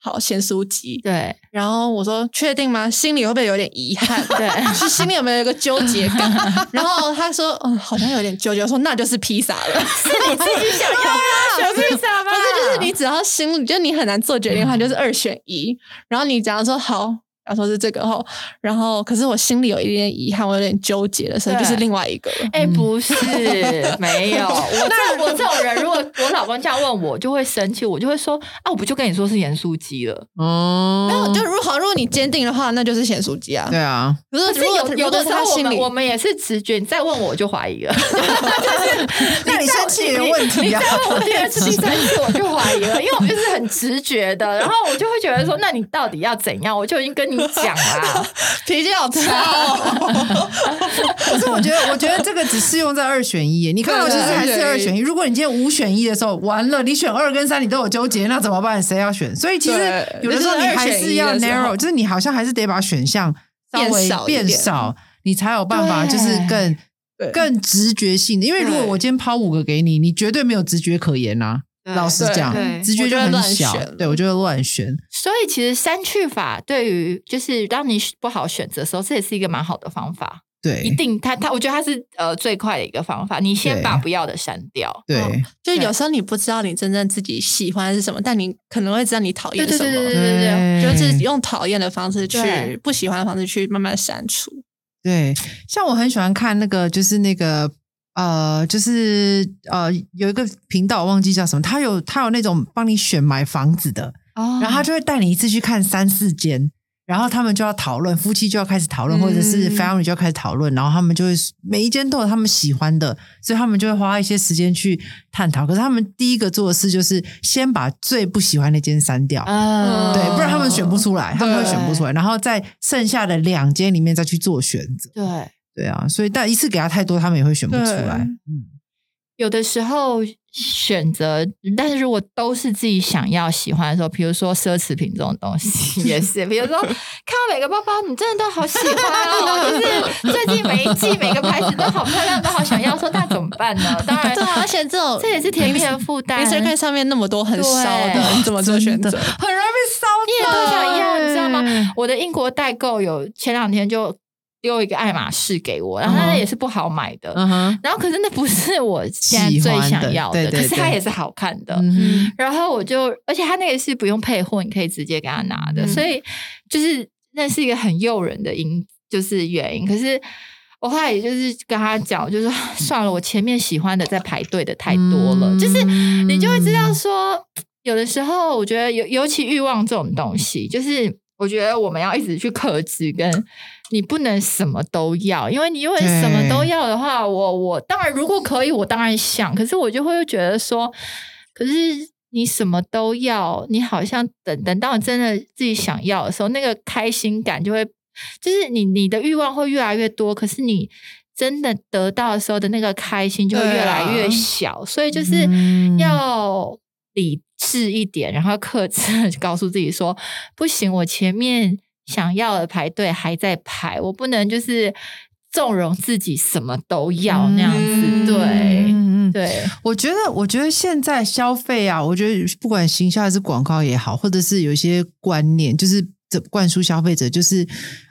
Speaker 3: 好，咸酥鸡。
Speaker 2: 对”
Speaker 3: 然后我说：“确定吗？心里会不会有点遗憾？”
Speaker 2: 对。
Speaker 3: 是心里有没有一个纠结感？然后他说，嗯，好像有点纠结。我说那就是披萨 了，
Speaker 2: 是你自己想要啊的小披萨吗
Speaker 3: 反？正就是你只要心里，就你很难做决定的话，就是二选一。然后你假如说好，假如说是这个后，然后可是我心里有一点遗憾，我有点纠结了，所以就是另外一个了。
Speaker 2: 哎、不是，没 有。我这我这种人，如果我老公这样问我，就会生气，我就会说啊，我不就跟你说是盐酥鸡了？
Speaker 1: 哦，
Speaker 3: 没有，哎就如好，如果你坚定的话，那就是咸酥鸡啊。
Speaker 1: 对啊，
Speaker 3: 可是
Speaker 2: 可是
Speaker 3: 如果
Speaker 2: 有有的
Speaker 3: 如
Speaker 2: 时
Speaker 3: 果他
Speaker 2: 候，我
Speaker 3: 心
Speaker 2: 们
Speaker 3: 里
Speaker 2: 我们也是直觉，你再问我，我就怀疑了。
Speaker 1: 那你生气的问题啊
Speaker 2: 你，再问我第二次、第三次，我就怀疑了，因为我就是很直觉的，然后我就会觉得说，那你到底要怎样？我就已经跟你讲啊啦。
Speaker 3: 脾气好差哦，
Speaker 1: 可是我觉得，我觉得这个只适用在二选 一耶。你看，我
Speaker 3: 啊
Speaker 1: 就是还是二选一。如果你今天五选一的时候，完了，你选二跟三你都有纠结，那怎么办？谁要选？所以其实
Speaker 3: 对
Speaker 1: 有的时候
Speaker 3: 就
Speaker 1: 你
Speaker 3: 是二
Speaker 1: 还
Speaker 3: 选一
Speaker 1: 是要
Speaker 3: 的时候
Speaker 1: narrow，就是你好像还是得把选项稍微
Speaker 3: 变少一
Speaker 1: 变
Speaker 3: 点
Speaker 1: 少，你才有办法就是更
Speaker 3: 对
Speaker 1: 更直觉性的。因为如果我今天抛五个给你，你绝对没有直觉可言呐。老实
Speaker 3: 对
Speaker 1: 讲
Speaker 2: 对，
Speaker 1: 直觉
Speaker 3: 我
Speaker 1: 就
Speaker 3: 就会
Speaker 1: 很
Speaker 3: 乱
Speaker 1: 小
Speaker 3: 选，
Speaker 1: 对我就会乱选。
Speaker 2: 所以其实删去法对于就是当你不好选择的时候，这也是一个蛮好的方法。
Speaker 1: 对，
Speaker 2: 一定，它它我觉得它是呃最快的一个方法，你先把不要的删掉。
Speaker 1: 对
Speaker 3: 嗯 就有时候你不知道你真正自己喜欢是什么，但你可能会知道你讨厌什么。
Speaker 1: 对
Speaker 3: 就是用讨厌的方式
Speaker 2: 对
Speaker 3: 去不喜欢的方式去慢慢删除。
Speaker 1: 对，像我很喜欢看那个，就是那个呃，就是呃，有一个频道我忘记叫什么，他有他有那种帮你选买房子的，
Speaker 2: 哦
Speaker 1: 然后他就会带你一次去看三四间。然后他们就要讨论，夫妻就要开始讨论，或者是
Speaker 3: 嗯
Speaker 1: family 就要开始讨论，然后他们就会每一间都有他们喜欢的，所以他们就会花一些时间去探讨。可是他们第一个做的事就是先把最不喜欢那间删掉，
Speaker 2: 嗯
Speaker 1: 对，不然他们选不出来，他们会选不出来，然后在剩下的两间里面再去做选择。
Speaker 2: 对。
Speaker 1: 对啊，所以但一次给他太多，他们也会选不出来。嗯，
Speaker 2: 有的时候选择，但是如果都是自己想要喜欢的时候，比如说奢侈品这种东 西也是，比如说看到每个包包，你真的都好喜欢哦，就是最近每一季每个牌子都好漂亮，都好想要，说那怎么办呢？当然，
Speaker 3: 对 啊，而且这种
Speaker 2: 这也是甜蜜 的 负担，
Speaker 3: Instagram 上面那么多很烧的，
Speaker 2: 对
Speaker 3: 你怎么做选择？
Speaker 1: 很容易被
Speaker 2: 烧掉
Speaker 1: 都
Speaker 2: 欸对我的英国代购有前两天就丢一个爱马仕给我，然后
Speaker 1: 嗯
Speaker 2: 那
Speaker 1: 哼
Speaker 2: 也是不好买的。
Speaker 1: 嗯哼，
Speaker 2: 然后可是那不是我现在
Speaker 1: 喜
Speaker 2: 最
Speaker 1: 欢的
Speaker 2: 想要
Speaker 1: 对
Speaker 2: 的，
Speaker 1: 对
Speaker 2: 可是它
Speaker 1: 对
Speaker 2: 也是好看的。
Speaker 1: 嗯哼，
Speaker 2: 然后我就，而且它那个是不用配货，你可以直接给他拿的，
Speaker 3: 嗯
Speaker 2: 所以就是那是一个很诱人的因，就是原因。可是我后来也就是跟他讲，就是 算了，我前面喜欢的在排队的太多了，
Speaker 1: 嗯
Speaker 2: 就是你就会知
Speaker 3: 嗯
Speaker 2: 道说，有的时候我觉得尤尤其欲望这种东西，就是我觉得我们要一直去克制，跟你不能什么都要，因为你如果什么都要的话，我我当然如果可以，我当然想，可是我就会觉得说，可是你什么都要，你好像等等到你真的自己想要的时候，那个开心感就会，就是你你的欲望会越来越多，可是你。真的得到的时候的那个开心就会越来
Speaker 3: 对
Speaker 2: 越
Speaker 3: 啊
Speaker 2: 小，所以就是
Speaker 1: 嗯
Speaker 2: 要理智一点，然后克制， 告诉自己说不行，我前面想要的排队还在排，我不能就是纵容自己什么都要那样子，
Speaker 3: 嗯
Speaker 2: 对
Speaker 1: 嗯嗯，
Speaker 2: 对
Speaker 1: 我觉得，我觉得现在消费啊，我觉得不管行销还是广告也好，或者是有一些观念，就是这灌输消费者，就是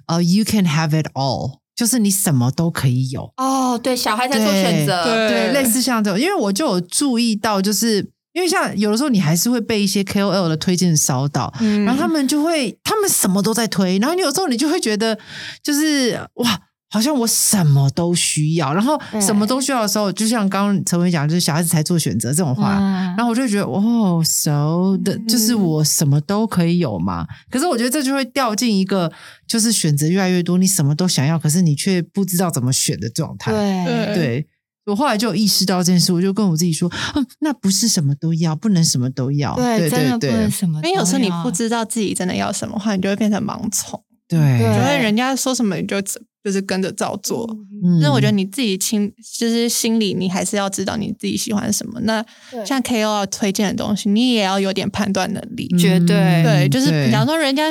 Speaker 1: 呃、y o u can have it all，就是你什么都可以有。
Speaker 2: 哦，对，小孩在做选择，
Speaker 3: 对
Speaker 1: 对，类似像这种，因为我就有注意到，就是因为像有的时候你还是会被一些 KOL 的推荐烧到，
Speaker 3: 嗯
Speaker 1: 然后他们就会，他们什么都在推，然后你有时候你就会觉得，就是哇，好像我什么都需要，然后
Speaker 2: 对
Speaker 1: 什么都需要的时候，就像刚刚陈伟讲，就是小孩子才做选择这种话，
Speaker 2: 嗯
Speaker 1: 然后我就会觉得哦，so 的，就是我什么都可以有嘛。可是我觉得这就会掉进一个就是选择越来越多，你什么都想要，可是你却不知道怎么选的状态。
Speaker 2: 对
Speaker 3: 对
Speaker 1: 对我后来就有意识到这件事，我就跟我自己说，嗯，那不是什么都要，不能什么都要。对
Speaker 2: 真的
Speaker 1: 对
Speaker 2: 不能
Speaker 1: 对
Speaker 2: 什么
Speaker 3: 因
Speaker 2: 都要，
Speaker 3: 为有时候你
Speaker 2: 嗯
Speaker 3: 不知道自己真的要什么话，你就会变成盲从，
Speaker 1: 对
Speaker 3: 就
Speaker 2: 对
Speaker 3: 会人家说什么你就只就是跟着照做。
Speaker 2: 嗯，
Speaker 1: 嗯
Speaker 3: 但是我觉得你自己心就是心里，你还是要知道你自己喜欢什么。那
Speaker 2: 对
Speaker 3: 像 KOL 推荐的东西，你也要有点判断能力。
Speaker 2: 绝对
Speaker 1: 嗯
Speaker 3: 对，就是比方
Speaker 1: 对
Speaker 3: 说人家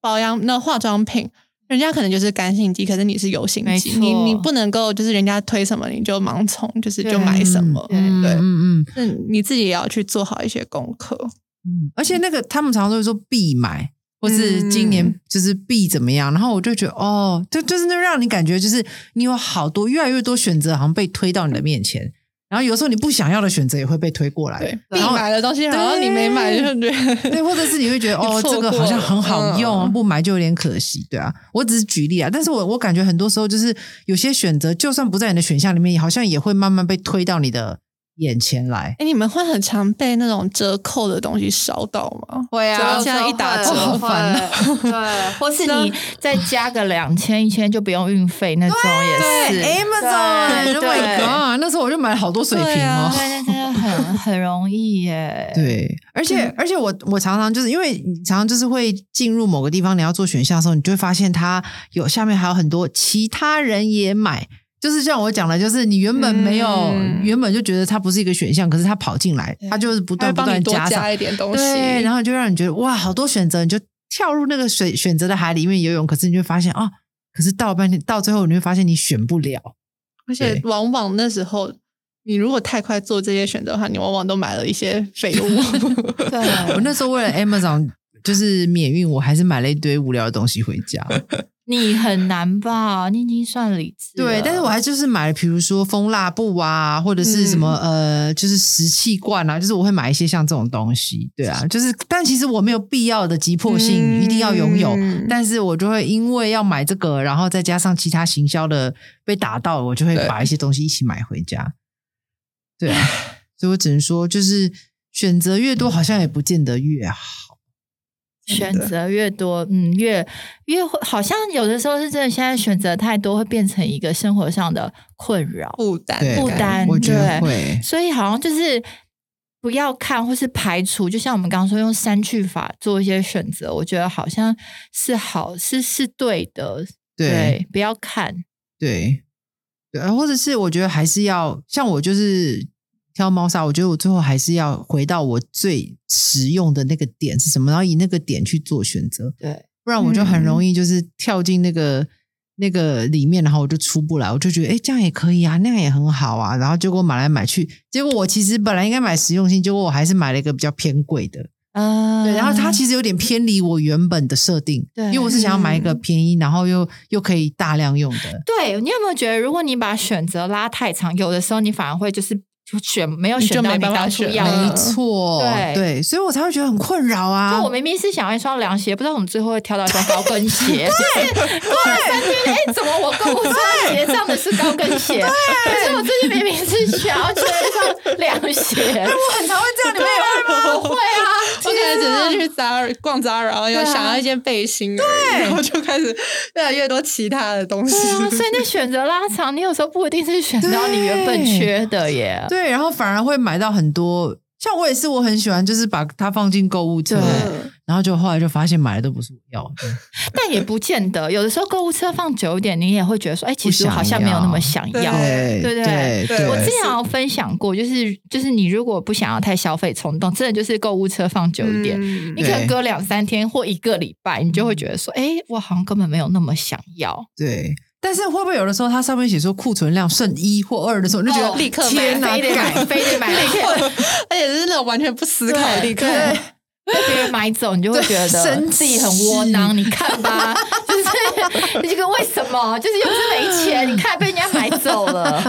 Speaker 3: 保养那化妆品，人家可能就是干性肌，可是你是油性
Speaker 2: 没
Speaker 3: 肌，你
Speaker 2: 错
Speaker 3: 你不能够就是人家推什么你就盲从，就是
Speaker 2: 对
Speaker 3: 就买什么。
Speaker 2: 对
Speaker 1: 嗯
Speaker 3: 对
Speaker 1: 嗯嗯
Speaker 3: 那你自己也要去做好一些功课。
Speaker 1: 嗯，而且那个他们常常都会说必买。或是今年
Speaker 3: 嗯
Speaker 1: 就是必怎么样，然后我就觉得哦，就就是那让你感觉就是你有好多越来越多选择，好像被推到你的面前，然后有时候你不想要的选择也会被推过来，
Speaker 3: 对，必
Speaker 1: 然后
Speaker 3: 买的东西，然后你没买就觉得
Speaker 1: 对，或者是你会觉得哦，
Speaker 3: 你错
Speaker 1: 这
Speaker 3: 过
Speaker 1: 个好像很好用，
Speaker 3: 了嗯
Speaker 1: 不买就有点可惜，对啊。我只是举例啊，但是我我感觉很多时候就是有些选择，就算不在你的选项里面，好像也会慢慢被推到你的眼前来。
Speaker 3: 哎、你们会很常被那种折扣的东西烧到吗？
Speaker 2: 会啊，
Speaker 3: 就现在一打折，
Speaker 2: 会
Speaker 3: 好烦啊！
Speaker 2: 会 对，或是你再加个两千一千就不用运费那种也是，
Speaker 1: ，Amazon，Oh
Speaker 2: 对对
Speaker 1: Oh my god！那时候我就买了好多水瓶
Speaker 3: 对
Speaker 1: 哦
Speaker 3: 啊。
Speaker 2: 对，那真的很很容易耶。
Speaker 1: 对，而且、而且我我常常就是因为你常常就是会进入某个地方，你要做选项的时候，你就会发现它有下面还有很多其他人也买。就是像我讲的，就是你原本没有，
Speaker 3: 嗯
Speaker 1: 原本就觉得它不是一个选项，可是它跑进来，它就是不
Speaker 3: 他会
Speaker 1: 啊断不
Speaker 3: 帮
Speaker 1: 断
Speaker 3: 你多
Speaker 1: 加上，
Speaker 3: 加一点东西，
Speaker 1: 对，然后就让你觉得哇，好多选择，你就跳入那个水选择的海里面游泳，可是你就会发现啊，可是到了半天到最后，你会发现你选不了，
Speaker 3: 而且往往那时候，你如果太快做这些选择的话，你往往都买了一些废 物。
Speaker 2: 对，
Speaker 1: 我那时候为了 Amazon 就是免运，我还是买了一堆无聊的东西回家。
Speaker 2: 你很难吧？你已经算理智了，
Speaker 1: 对，但是我还就是买了，比如说蜂蜡布啊，或者是什么、呃，就是石器罐啊，就是我会买一些像这种东西。对啊，就是但其实我没有必要的急迫性、
Speaker 3: 嗯
Speaker 1: 一定要拥有，但是我就会因为要买这个，然后再加上其他行销的被打到，我就会
Speaker 3: 对
Speaker 1: 把一些东西一起买回家。对啊，所以我只能说，就是选择越多，好像也不见得越好。
Speaker 2: 选择越多，嗯，越越会，好像有的时候是真的，现在选择太多会变成一个生活上的困扰。
Speaker 3: 负担
Speaker 1: 对，
Speaker 2: 负担
Speaker 1: 我觉得
Speaker 2: 对
Speaker 1: 会。
Speaker 2: 所以好像就是不要看或是排除，就像我们刚刚说用删去法做一些选择，我觉得好像是好是是对的，
Speaker 1: 对
Speaker 2: 不要看，
Speaker 1: 对，对，啊或者是我觉得还是要像我就是挑猫砂，我觉得我最后还是要回到我最实用的那个点是什么，然后以那个点去做选择，
Speaker 2: 对
Speaker 1: 不然我就很容易就是跳进那个、那个里面，然后我就出不来，我就觉得哎这样也可以啊，那样也很好啊，然后结果买来买去，结果我其实本来应该买实用性，结果我还是买了一个比较偏贵的，
Speaker 2: 啊
Speaker 1: 对，然后它其实有点偏离我原本的设定，
Speaker 2: 对
Speaker 1: 因为我是想要买一个便宜，然后又又可以大量用的。
Speaker 2: 对你有没有觉得，如果你把选择拉太长，有的时候你反而会就是就选没有
Speaker 3: 你
Speaker 2: 选
Speaker 3: 就
Speaker 2: 到
Speaker 3: 没
Speaker 2: 你
Speaker 3: 办法
Speaker 2: 当初
Speaker 3: 选
Speaker 2: 要
Speaker 3: 了
Speaker 1: 没
Speaker 2: 的。
Speaker 1: 错，
Speaker 2: 对
Speaker 1: 嗯所以我才会觉得很困扰啊。
Speaker 2: 就我明明是想要一双凉鞋，不知道我们最后会挑到一双高跟 鞋。就是过了三天，哎、怎么我跟我说的鞋上的是高跟鞋？可是我最近明明是想要缺一双凉 鞋。
Speaker 1: 我很常会这样，你们也会吗？
Speaker 2: 不会啊，
Speaker 3: 我可能只是去 Zara 逛 Zara，然后又想要一件背心而已，然后就开始越来越多其他的东西。
Speaker 2: 对啊， 所以那选择拉长，你有时候不一定是选到你原本缺的耶。
Speaker 1: 对，然后反而会买到很多。像我也是，我很喜欢，就是把它放进购物车，
Speaker 2: 对
Speaker 1: 然后就后来就发现买的都不是我要的。
Speaker 2: 但也不见得，有的时候购物车放久一点，你也会觉得说，哎、其实我好像没有那么想
Speaker 3: 不想
Speaker 2: 要
Speaker 3: 要。
Speaker 2: 对对
Speaker 1: 对
Speaker 3: 对
Speaker 2: 我之
Speaker 1: 对，
Speaker 2: 前好像分享过，就是就是你如果不想要太消费冲动，真的就是购物车放久一点。
Speaker 3: 嗯
Speaker 2: 你可能
Speaker 1: 对
Speaker 2: 隔两三天或一个礼拜，你就会觉得
Speaker 1: 嗯
Speaker 2: 说，哎、我好像根本没有那么想要。
Speaker 1: 对。但是会不会有的时候，它上面写说库存量剩一或二的时候，你就觉得
Speaker 3: 哦立刻买
Speaker 1: 天哪，
Speaker 2: 非得买，
Speaker 1: 干
Speaker 2: 非得买，立刻
Speaker 3: 而且是那种完全不思考，立刻
Speaker 2: 对被别人买走，你就会觉得
Speaker 1: 生
Speaker 2: 自己很窝囊。你看吧， 就是这个为什么？就是又不是没钱，你看被人家买走了，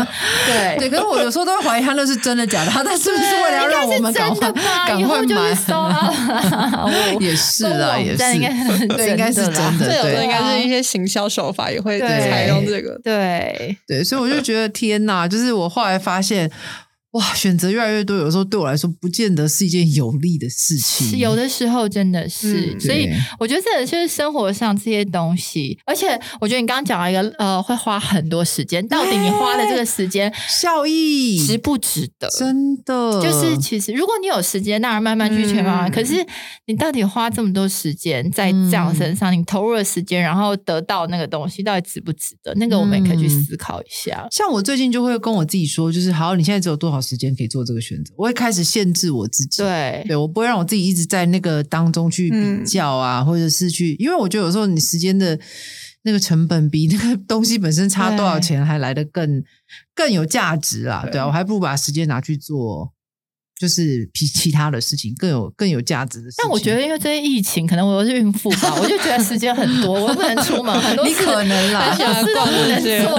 Speaker 2: 对。
Speaker 1: 对，可是我有时候都会怀疑他那是真的假的，他那是不是为了要让我们赶快
Speaker 2: 应该是真的吧？
Speaker 1: 赶
Speaker 2: 以
Speaker 1: 快
Speaker 2: 后就是收
Speaker 1: 买？
Speaker 2: 啊我
Speaker 1: 也是啦，
Speaker 2: 公
Speaker 1: 也
Speaker 2: 网站应该
Speaker 1: 是，
Speaker 2: 是
Speaker 1: 对，应该是
Speaker 2: 真的啦
Speaker 1: 真的，
Speaker 3: 这有时候应
Speaker 1: 对
Speaker 3: 该是一些行销手法也会
Speaker 2: 对
Speaker 3: 采用这个。
Speaker 2: 对，
Speaker 1: 对，所以我就觉得天哪，就是我后来发现，哇，选择越来越多，有时候对我来说，不见得是一件有利的事情。
Speaker 2: 是有的时候真的是，
Speaker 3: 嗯
Speaker 2: 所以
Speaker 1: 对
Speaker 2: 我觉得这就是生活上这些东西，而且我觉得你刚刚讲到一个呃，会花很多时间，到底你花的这个时间
Speaker 1: 效益，
Speaker 2: 值不值得？
Speaker 1: 真的
Speaker 2: 就是其实，如果你有时间，当然慢慢去前方。
Speaker 3: 嗯
Speaker 2: 可是你到底花这么多时间在这样身上，你投入了时间，然后得到那个东西，到底值不值得？那个我们也可以去
Speaker 1: 嗯
Speaker 2: 思考一下。
Speaker 1: 像我最近就会跟我自己说，就是好，你现在只有多少时间可以做这个选择？我会开始限制我自己。
Speaker 2: 对，
Speaker 1: 对，我不会让我自己一直在那个当中去比
Speaker 3: 嗯
Speaker 1: 较啊，或者是去，因为我觉得有时候你时间的那个成本比那个 东西本身差多少
Speaker 2: 对
Speaker 1: 钱还来得更更有价值啦。
Speaker 3: 对
Speaker 1: 对啊，我还不如把时间拿去做，就是比其他的事情更有更有价值的事情。
Speaker 2: 但我觉得，因为最近疫情，可能我又是孕妇吧，我就觉得时间很多，我又不能出门，很多
Speaker 1: 你
Speaker 2: 事
Speaker 1: 可能 啦
Speaker 2: 很，多事都不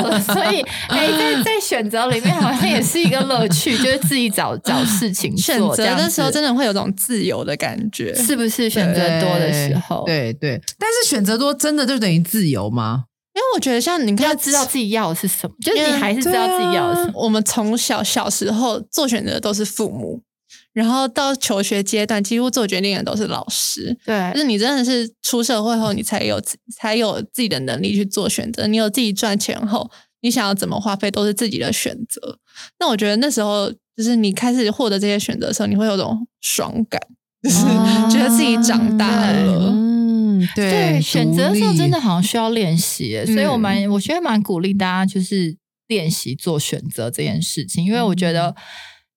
Speaker 2: 能做，所以哎、在在选择里面好像也是一个乐趣，就是自己找找事情做
Speaker 3: 选择
Speaker 2: 这样
Speaker 3: 的
Speaker 2: 子
Speaker 3: 时候，真的会有种自由的感觉。
Speaker 2: 是不是选择多的时候，
Speaker 1: 对对，但是选择多真的就等于自由 吗？
Speaker 3: 因为我觉得像你看，
Speaker 2: 要知道自己要的是什么，就是你
Speaker 3: 嗯
Speaker 2: 还是知道自己要的什么。
Speaker 3: 我们从小小时候做选择都是父母，然后到求学阶段，几乎做决定的都是老师。
Speaker 2: 对
Speaker 3: 就是你真的是出社会后，你才有自才有自己的能力去做选择。你有自己赚钱后，你想要怎么花费都是自己的选择。那我觉得那时候就是你开始获得这些选择的时候，你会有种爽感，就是
Speaker 2: 哦
Speaker 3: 觉得自己长大了。
Speaker 1: 嗯，对，
Speaker 2: 对，选择的时候
Speaker 1: 独立
Speaker 2: 真的好像需要练习耶，
Speaker 3: 嗯
Speaker 2: 所以我蛮我觉得蛮鼓励大家就是练习做选择这件事情，因为我觉得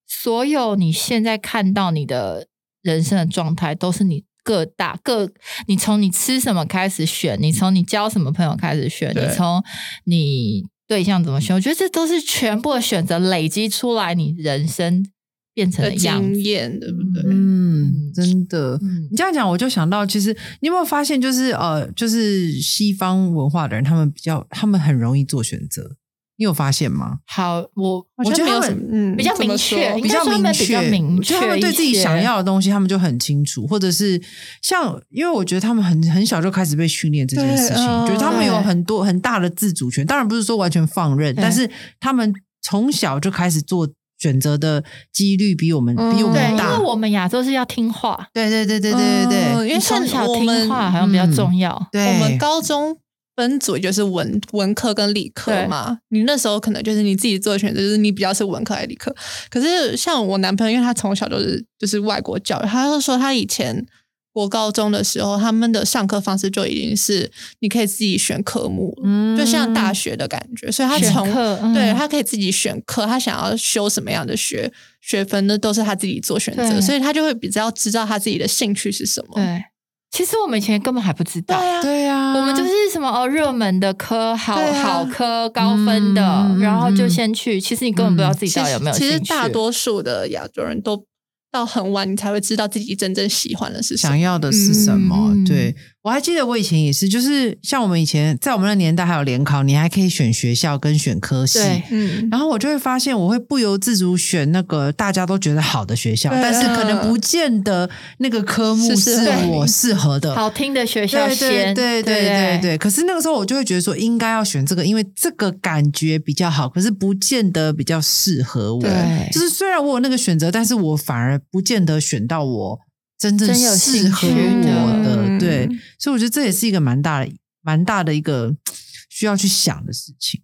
Speaker 2: 所有你现在看到你的人生的状态，都是你各大各你从你吃什么开始选，你从你交什么朋友开始选，
Speaker 3: 对
Speaker 2: 你从你对象怎么选，我觉得这都是全部的选择累积出来你人生变成
Speaker 3: 的
Speaker 2: 的样子
Speaker 3: 经。验，对不对？
Speaker 1: 嗯，真的，
Speaker 2: 嗯
Speaker 1: 你这样讲，我就想到，其实你有没有发现，就是呃，就是西方文化的人，他们比较，他们很容易做选择，你有发现吗？
Speaker 2: 好，我
Speaker 1: 我觉得他们
Speaker 3: 好像没有什么，嗯，
Speaker 2: 比较明确
Speaker 3: 怎么说
Speaker 2: 应
Speaker 1: 比
Speaker 2: 该
Speaker 1: 较
Speaker 2: 说他
Speaker 1: 明
Speaker 2: 们比较
Speaker 1: 确，
Speaker 2: 明
Speaker 1: 我觉得他
Speaker 2: 确
Speaker 1: 们
Speaker 2: 一
Speaker 1: 对自己
Speaker 2: 些
Speaker 1: 想要的东西，他们就很清楚，或者是像，因为我觉得他们很很小就开始被训练这件事情，
Speaker 3: 对嗯
Speaker 1: 就是他们有
Speaker 2: 对
Speaker 1: 很多很大的自主权，当然不是说完全放任，
Speaker 2: 对
Speaker 1: 但是他们从小就开始做选择的几率比我们、比我
Speaker 3: 嗯
Speaker 2: 对，
Speaker 1: 们
Speaker 2: 因为
Speaker 1: 大，
Speaker 2: 我们亚洲是要听话，
Speaker 1: 对对对对对对对。
Speaker 3: 嗯因为
Speaker 2: 你
Speaker 3: 像
Speaker 2: 从小
Speaker 3: 我
Speaker 2: 听
Speaker 3: 们
Speaker 2: 话好像比较重要。
Speaker 1: 对，
Speaker 3: 我们高中分组就是文文科跟理科嘛，你那时候可能就是你自己做的选择，就是你比较是文科还是理科。可是像我男朋友，因为他从小就是就是外国教育，他就说他以前国高中的时候，他们的上课方式就已经是你可以自己选科目了，
Speaker 1: 嗯
Speaker 3: 就像大学的感觉，所以他
Speaker 2: 选
Speaker 3: 从
Speaker 2: 课嗯
Speaker 3: 对他可以自己选课，他想要修什么样的学学分，那都是他自己做选择，
Speaker 2: 对
Speaker 3: 所以他就会比较知道他自己的兴趣是什么。
Speaker 2: 对，其实我们以前根本还不知
Speaker 3: 对
Speaker 2: 道，
Speaker 3: 啊，
Speaker 1: 对啊，
Speaker 2: 我们就是什么哦，热门的科、好
Speaker 3: 对啊
Speaker 2: 好科、高分的，
Speaker 1: 嗯嗯
Speaker 2: 然后就
Speaker 1: 嗯
Speaker 2: 先去。其实你根本不知道自己到底有没有
Speaker 3: 嗯其
Speaker 2: 兴
Speaker 3: 实
Speaker 2: 趣。
Speaker 3: 其实大多数的亚洲人都到很晚，你才会知道自己真正喜欢的是什
Speaker 1: 想
Speaker 3: 么。
Speaker 1: 要的是什么？
Speaker 2: 嗯
Speaker 1: 对我还记得我以前也是，就是像我们以前在我们那年代还有联考，你还可以选学校跟选科系。
Speaker 2: 对
Speaker 3: 嗯，
Speaker 1: 然后我就会发现，我会不由自主选那个大家都觉得好的学校，
Speaker 3: 对
Speaker 1: 但是可能不见得那个科目
Speaker 3: 是
Speaker 1: 是
Speaker 3: 适合你
Speaker 1: 我适合的。
Speaker 2: 好听的学校
Speaker 1: 对对
Speaker 2: 先，
Speaker 1: 对对
Speaker 2: 不
Speaker 1: 对对。可是那个时候我就会觉得说，应该要选这个，因为这个感觉比较好，可是不见得比较适合我。
Speaker 2: 对
Speaker 1: 就是虽然我有那个选择，但是我反而不见得选到我真正
Speaker 2: 真有
Speaker 1: 适
Speaker 2: 兴
Speaker 1: 合
Speaker 2: 趣
Speaker 1: 我的。
Speaker 3: 的
Speaker 1: 对
Speaker 3: 嗯，
Speaker 1: 所以我觉得这也是一个蛮大的、蛮大的一个需要去想的事情。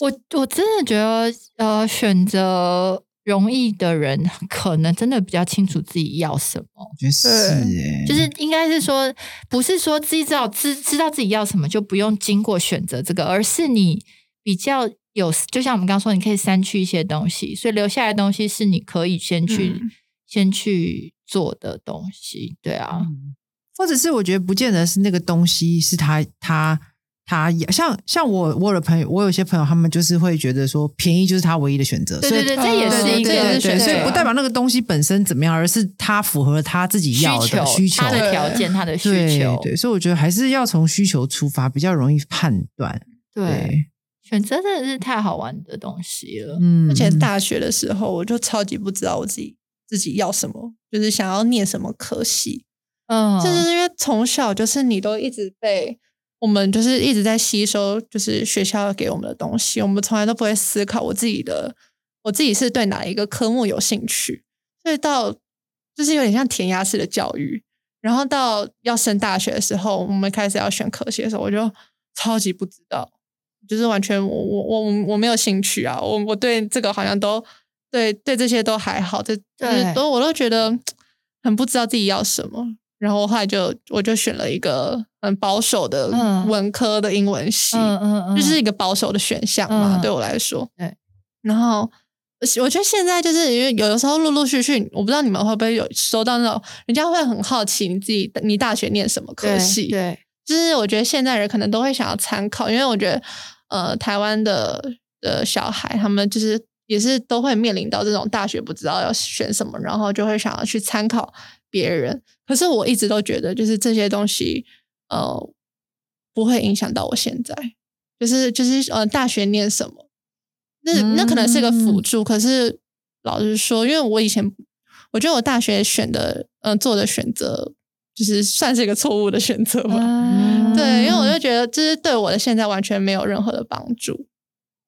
Speaker 2: 我我真的觉得，呃，选择容易的人，可能真的比较清楚自己要什么。
Speaker 1: 我觉得是、欸，
Speaker 2: 就是应该是说，不是说知道知知道自己要什么就不用经过选择这个，而是你比较有，就像我们刚刚说，你可以删去一些东西，所以留下来的东西是你可以先去、
Speaker 3: 嗯
Speaker 2: 先去做的东
Speaker 1: 嗯
Speaker 2: 西。对啊，
Speaker 1: 或者是我觉得不见得是那个东西是他他他要像像我我的朋友，我有些朋友他们就是会觉得说便宜就是他唯一的选择，
Speaker 2: 对
Speaker 1: 所以
Speaker 2: 哦对对，这也
Speaker 3: 对
Speaker 2: 是一
Speaker 3: 对
Speaker 1: 对
Speaker 2: 个
Speaker 3: 对对
Speaker 1: 对，
Speaker 2: 选择
Speaker 1: 所以不代表那个东西本身怎么样，而是他符合他自己
Speaker 2: 需
Speaker 1: 要的
Speaker 2: 求
Speaker 1: 需求
Speaker 2: 他。的条件，他的需求，
Speaker 1: 对，所以我觉得还是要从需求出发，比较容易判断。
Speaker 2: 对，选择真的是太好玩的东西了。
Speaker 1: 嗯，
Speaker 3: 而且大学的时候，我就超级不知道我自己自己要什么，就是想要念什么科系。
Speaker 2: 嗯，
Speaker 3: 这就是因为从小就是你都一直被我们就是一直在吸收，就是学校给我们的东西，我们从来都不会思考我自己的，我自己是对哪一个科目有兴趣。所以到就是有点像填鸭式的教育，然后到要升大学的时候，我们开始要选科系的时候，我就超级不知道，就是完全我我我我没有兴趣啊，我我对这个好像都对对这些都还好，这就是
Speaker 2: 对
Speaker 3: 都我都觉得嗯很不知道自己要什么。然后我后来就我就选了一个很保守的
Speaker 2: 嗯
Speaker 3: 文科的英文系，
Speaker 2: 嗯嗯嗯，
Speaker 3: 就是一个保守的选项嘛，
Speaker 2: 嗯
Speaker 3: 对我来说。
Speaker 2: 对，
Speaker 3: 然后我我觉得现在就是因为有的时候陆陆续续，我不知道你们会不会有收到那种人家会很好奇你自己你大学念什么科
Speaker 2: 对
Speaker 3: 系，
Speaker 2: 对，
Speaker 3: 就是我觉得现在人可能都会想要参考，因为我觉得呃台湾的的小孩他们就是也是都会面临到这种大学不知道要选什么，然后就会想要去参考别人。可是我一直都觉得，就是这些东西呃不会影响到我现在，就是就是呃大学念什么，那那可能是个辅助，可是老实说，因为我以前我觉得我大学选的嗯、呃做的选择。就是算是一个错误的选择吧，
Speaker 2: 啊
Speaker 1: 嗯
Speaker 3: 对，因为我就觉得这是对我的现在完全没有任何的帮助。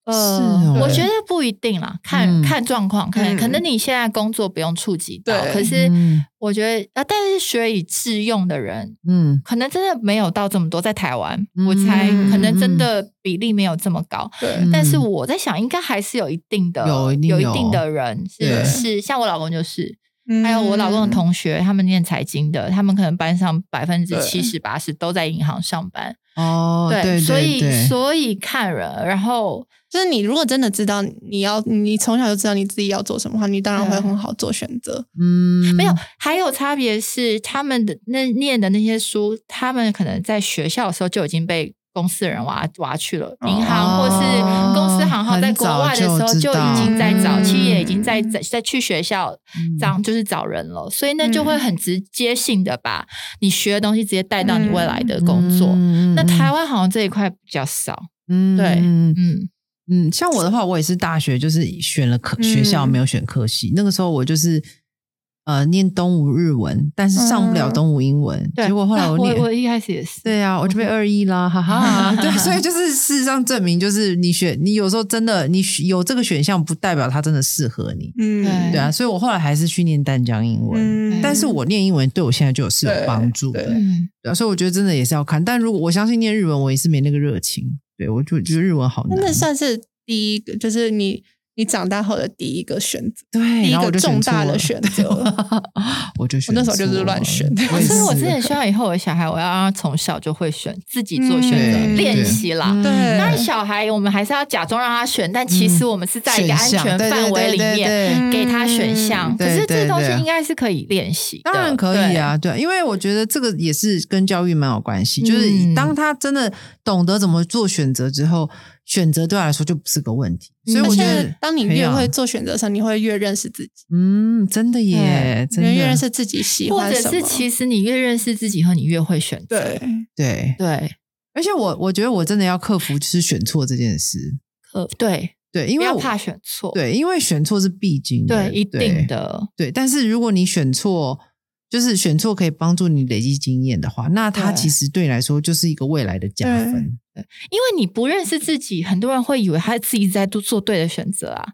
Speaker 1: 是哦
Speaker 2: 嗯我
Speaker 3: 对
Speaker 2: 觉得不一定啦，看
Speaker 1: 嗯
Speaker 2: 看状况，看
Speaker 3: 嗯
Speaker 2: 可能你现在工作不用触及到，
Speaker 3: 对
Speaker 2: 可是
Speaker 1: 嗯
Speaker 2: 我觉得啊，但是学以致用的人，
Speaker 1: 嗯
Speaker 2: 可能真的没有到这么多，在台湾，
Speaker 1: 嗯
Speaker 2: 我猜可能真的比例没有这么高。
Speaker 3: 对，
Speaker 1: 嗯
Speaker 2: 但是我在想，应该还是有一定的，
Speaker 1: 有一定有
Speaker 2: 一定的人是
Speaker 1: 对
Speaker 2: 是，像我老公就是，
Speaker 3: 嗯
Speaker 2: 还有我老公的同学，他们念财经的，他们可能班上百分之七十八十都在银行上班，
Speaker 1: 哦，对，
Speaker 2: 所以
Speaker 1: 对
Speaker 2: 所以看人，然后
Speaker 3: 就是你如果真的知道你要，你从小就知道你自己要做什么的话，你当然会
Speaker 2: 对
Speaker 3: 很好做选择。
Speaker 1: 嗯
Speaker 2: 没有，还有差别是他们的那念的那些书，他们可能在学校的时候就已经被公司的人挖挖去了，银行或是
Speaker 1: 哦
Speaker 2: 公司行号，在国外的时候就已经在找，
Speaker 3: 嗯
Speaker 2: 其实也已经在在在去学校
Speaker 1: 嗯
Speaker 2: 找就是找人了，所以那就会很直接性的把你学的东西直接带到你未来的
Speaker 1: 嗯
Speaker 2: 工作。那台湾好像这一块比较少，
Speaker 1: 湾
Speaker 2: 对
Speaker 1: 嗯
Speaker 2: 嗯，
Speaker 1: 嗯，像我的话，我也是大学就是选了科、
Speaker 3: 嗯
Speaker 1: 学校，没有选科系。那个时候我就是呃念东吴日文，但是上不了
Speaker 3: 嗯
Speaker 1: 东吴英文，
Speaker 2: 对。
Speaker 1: 结果后来
Speaker 2: 啊
Speaker 1: 我
Speaker 2: 我
Speaker 1: 念。
Speaker 2: 我一开始也是，
Speaker 1: 对啊，我就被二一啦，哈 哈。对，所以就是事实上证明，就是你选你有时候真的你选有这个选项，不代表它真的适合你。
Speaker 3: 嗯
Speaker 2: 对
Speaker 1: 对啊，所以我后来还是去念淡江英文，
Speaker 3: 嗯
Speaker 1: 但是我念英文对我现在就有是有
Speaker 3: 对
Speaker 1: 帮助的。
Speaker 3: 对
Speaker 2: 嗯，
Speaker 1: 对啊，所以我觉得真的也是要看。但如果我相信念日文，我也是没那个热情。对我就觉得日文好难哦
Speaker 3: 那，那算是第一个，就是你你长大后的第一个选择，
Speaker 1: 对，
Speaker 3: 第一
Speaker 1: 然后
Speaker 3: 个
Speaker 1: 我就选
Speaker 3: 重大
Speaker 1: 错
Speaker 3: 的
Speaker 1: 了
Speaker 3: 选择。
Speaker 1: 我就选
Speaker 3: 我那时候就是
Speaker 1: 错
Speaker 3: 乱
Speaker 1: 了
Speaker 3: 选
Speaker 1: 也
Speaker 2: 所以我
Speaker 1: 是
Speaker 2: 真的希望以后我的小孩，我要让他从小就会选自己做选择，
Speaker 1: 嗯
Speaker 2: 练习啦。
Speaker 1: 嗯
Speaker 3: 对
Speaker 2: 当然，小孩我们还是要假装让他选，但其实我们是在一个安全范围里
Speaker 1: 选项对对对对
Speaker 2: 面
Speaker 1: 对
Speaker 3: 嗯
Speaker 2: 给他选
Speaker 1: 嗯
Speaker 2: 项。可是这
Speaker 1: 对对
Speaker 2: 东西
Speaker 1: 对
Speaker 2: 应该是可以练习的，
Speaker 1: 当然可以啊，对，因为我觉得这个也是跟教育蛮有关系。就是
Speaker 2: 嗯
Speaker 1: 当他真的懂得怎么做选择之后，选择对他来说就不是个问题。所以
Speaker 3: 而
Speaker 1: 我觉
Speaker 3: 且
Speaker 1: 得，啊
Speaker 3: 当你
Speaker 1: 培
Speaker 3: 越
Speaker 1: 养
Speaker 3: 会，做选择的时候，你会越认识自己，
Speaker 1: 嗯，真的耶，
Speaker 3: 你
Speaker 1: 真
Speaker 3: 会
Speaker 1: 的
Speaker 3: 越认识自己喜
Speaker 2: 对，或
Speaker 3: 欢
Speaker 2: 者
Speaker 3: 什么。
Speaker 2: 是其实你越认识自己以后，你越会选择。
Speaker 3: 对，嗯
Speaker 1: 对。
Speaker 2: 对，
Speaker 1: 而且我我觉得我真的要克服就是选错这件事，
Speaker 2: 可对，
Speaker 1: 对，因
Speaker 2: 不
Speaker 1: 为
Speaker 2: 要
Speaker 1: 我
Speaker 2: 怕选错，
Speaker 1: 对，因为选错是必经的，
Speaker 2: 对，一定的。
Speaker 1: 对，但是如果你选错，就是选错可以帮助你累积经验的话，那它
Speaker 2: 对
Speaker 1: 其实对你来说就是一个未来的加分。
Speaker 2: 因为你不认识自己，很多人会以为他自己在做做对的选择啊。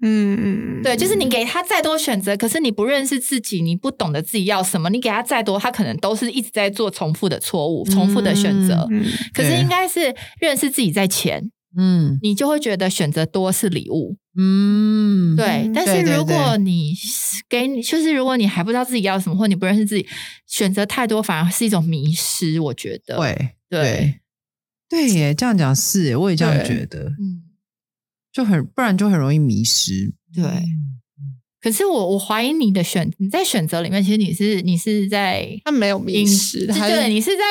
Speaker 3: 嗯嗯，
Speaker 2: 对，就是你给他再多选择，可是你不认识自己，你不懂得自己要什么，你给他再多，他可能都是一直在做重复的错误、重复的选择。
Speaker 3: 嗯，
Speaker 2: 可是
Speaker 1: 对
Speaker 2: 应该是认识自己在前，
Speaker 1: 嗯
Speaker 2: 你就会觉得选择多是礼物。
Speaker 1: 嗯，
Speaker 2: 对，但是
Speaker 1: 对对
Speaker 2: 如果
Speaker 1: 对
Speaker 2: 你给你，就是如果你还不知道自己要什么，或你不认识自己，选择太多反而是一种迷失。我觉得，
Speaker 1: 会
Speaker 2: 对，
Speaker 1: 对耶，这样讲是耶，我也这样
Speaker 3: 对
Speaker 1: 觉得，
Speaker 2: 嗯，
Speaker 1: 就很不然就很容易迷失。
Speaker 2: 对，可是我我怀疑你的选你在选择里面，其实你是你是 在
Speaker 3: 他没有迷失，
Speaker 2: 对
Speaker 3: 他
Speaker 2: 对，你是在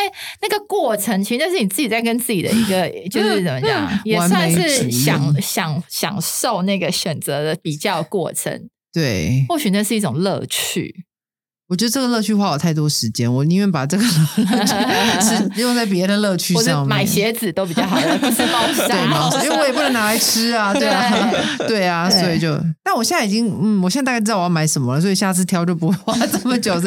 Speaker 2: 那个过程，其实那是你自己在跟自己的一个，就是怎么 讲，也
Speaker 1: 完
Speaker 2: 算
Speaker 1: 美主
Speaker 2: 是
Speaker 1: 义
Speaker 2: 享享享受那个选择的比较过程，
Speaker 1: 对，
Speaker 2: 或许那是一种乐趣。
Speaker 1: 我觉得这个乐趣花我太多时间，我宁愿把这个乐趣 是用在别的乐趣
Speaker 2: 或者
Speaker 1: 上面。
Speaker 2: 买鞋子都比 较好，不是啊猫
Speaker 1: 对，猫
Speaker 2: 砂，
Speaker 1: 砂因为我也不能拿来吃啊，对啊， 对啊，
Speaker 2: 对
Speaker 1: 所以就，但我现在已经，嗯，我现在大概知道我要买什么了，所以下次挑就不会花这么久。我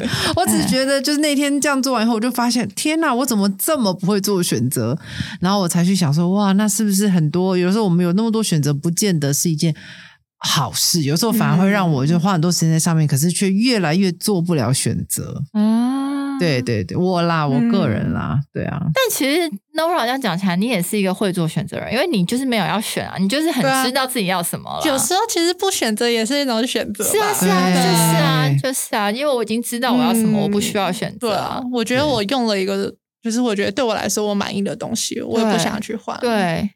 Speaker 2: 嗯
Speaker 1: 只是觉得，就是那天这样做完以后，我就发现，天哪，我怎么这么不会做选择？然后我才去想说，哇，那是不是很多？有时候我们有那么多选择，不见得是一件。好事，有时候反而会让
Speaker 2: 嗯
Speaker 1: 我就花很多时间在上面，可是却越来越做不了选择。
Speaker 2: 啊，
Speaker 1: 对。对对，我啦，我个
Speaker 2: 嗯
Speaker 1: 人啦，对啊，
Speaker 2: 但其实 Nora 这样讲起来，你也是一个会做选择人，因为你就是没有要选啊，你就是很
Speaker 3: 对啊
Speaker 2: 知道自己要什么了。
Speaker 3: 有时候其实不选择也是一种选择吧，
Speaker 2: 是啊，是啊，
Speaker 1: 对
Speaker 2: 就是啊
Speaker 1: 对，
Speaker 2: 就是啊，因为我已经知道我要什么，
Speaker 3: 嗯
Speaker 2: 我不需要选择
Speaker 3: 对
Speaker 2: 啊
Speaker 3: 啊。，
Speaker 1: 嗯
Speaker 3: 我觉得我用了一个，就是我觉得对我来说我满意的东西，我也不想去换。，
Speaker 1: 啊
Speaker 2: 对，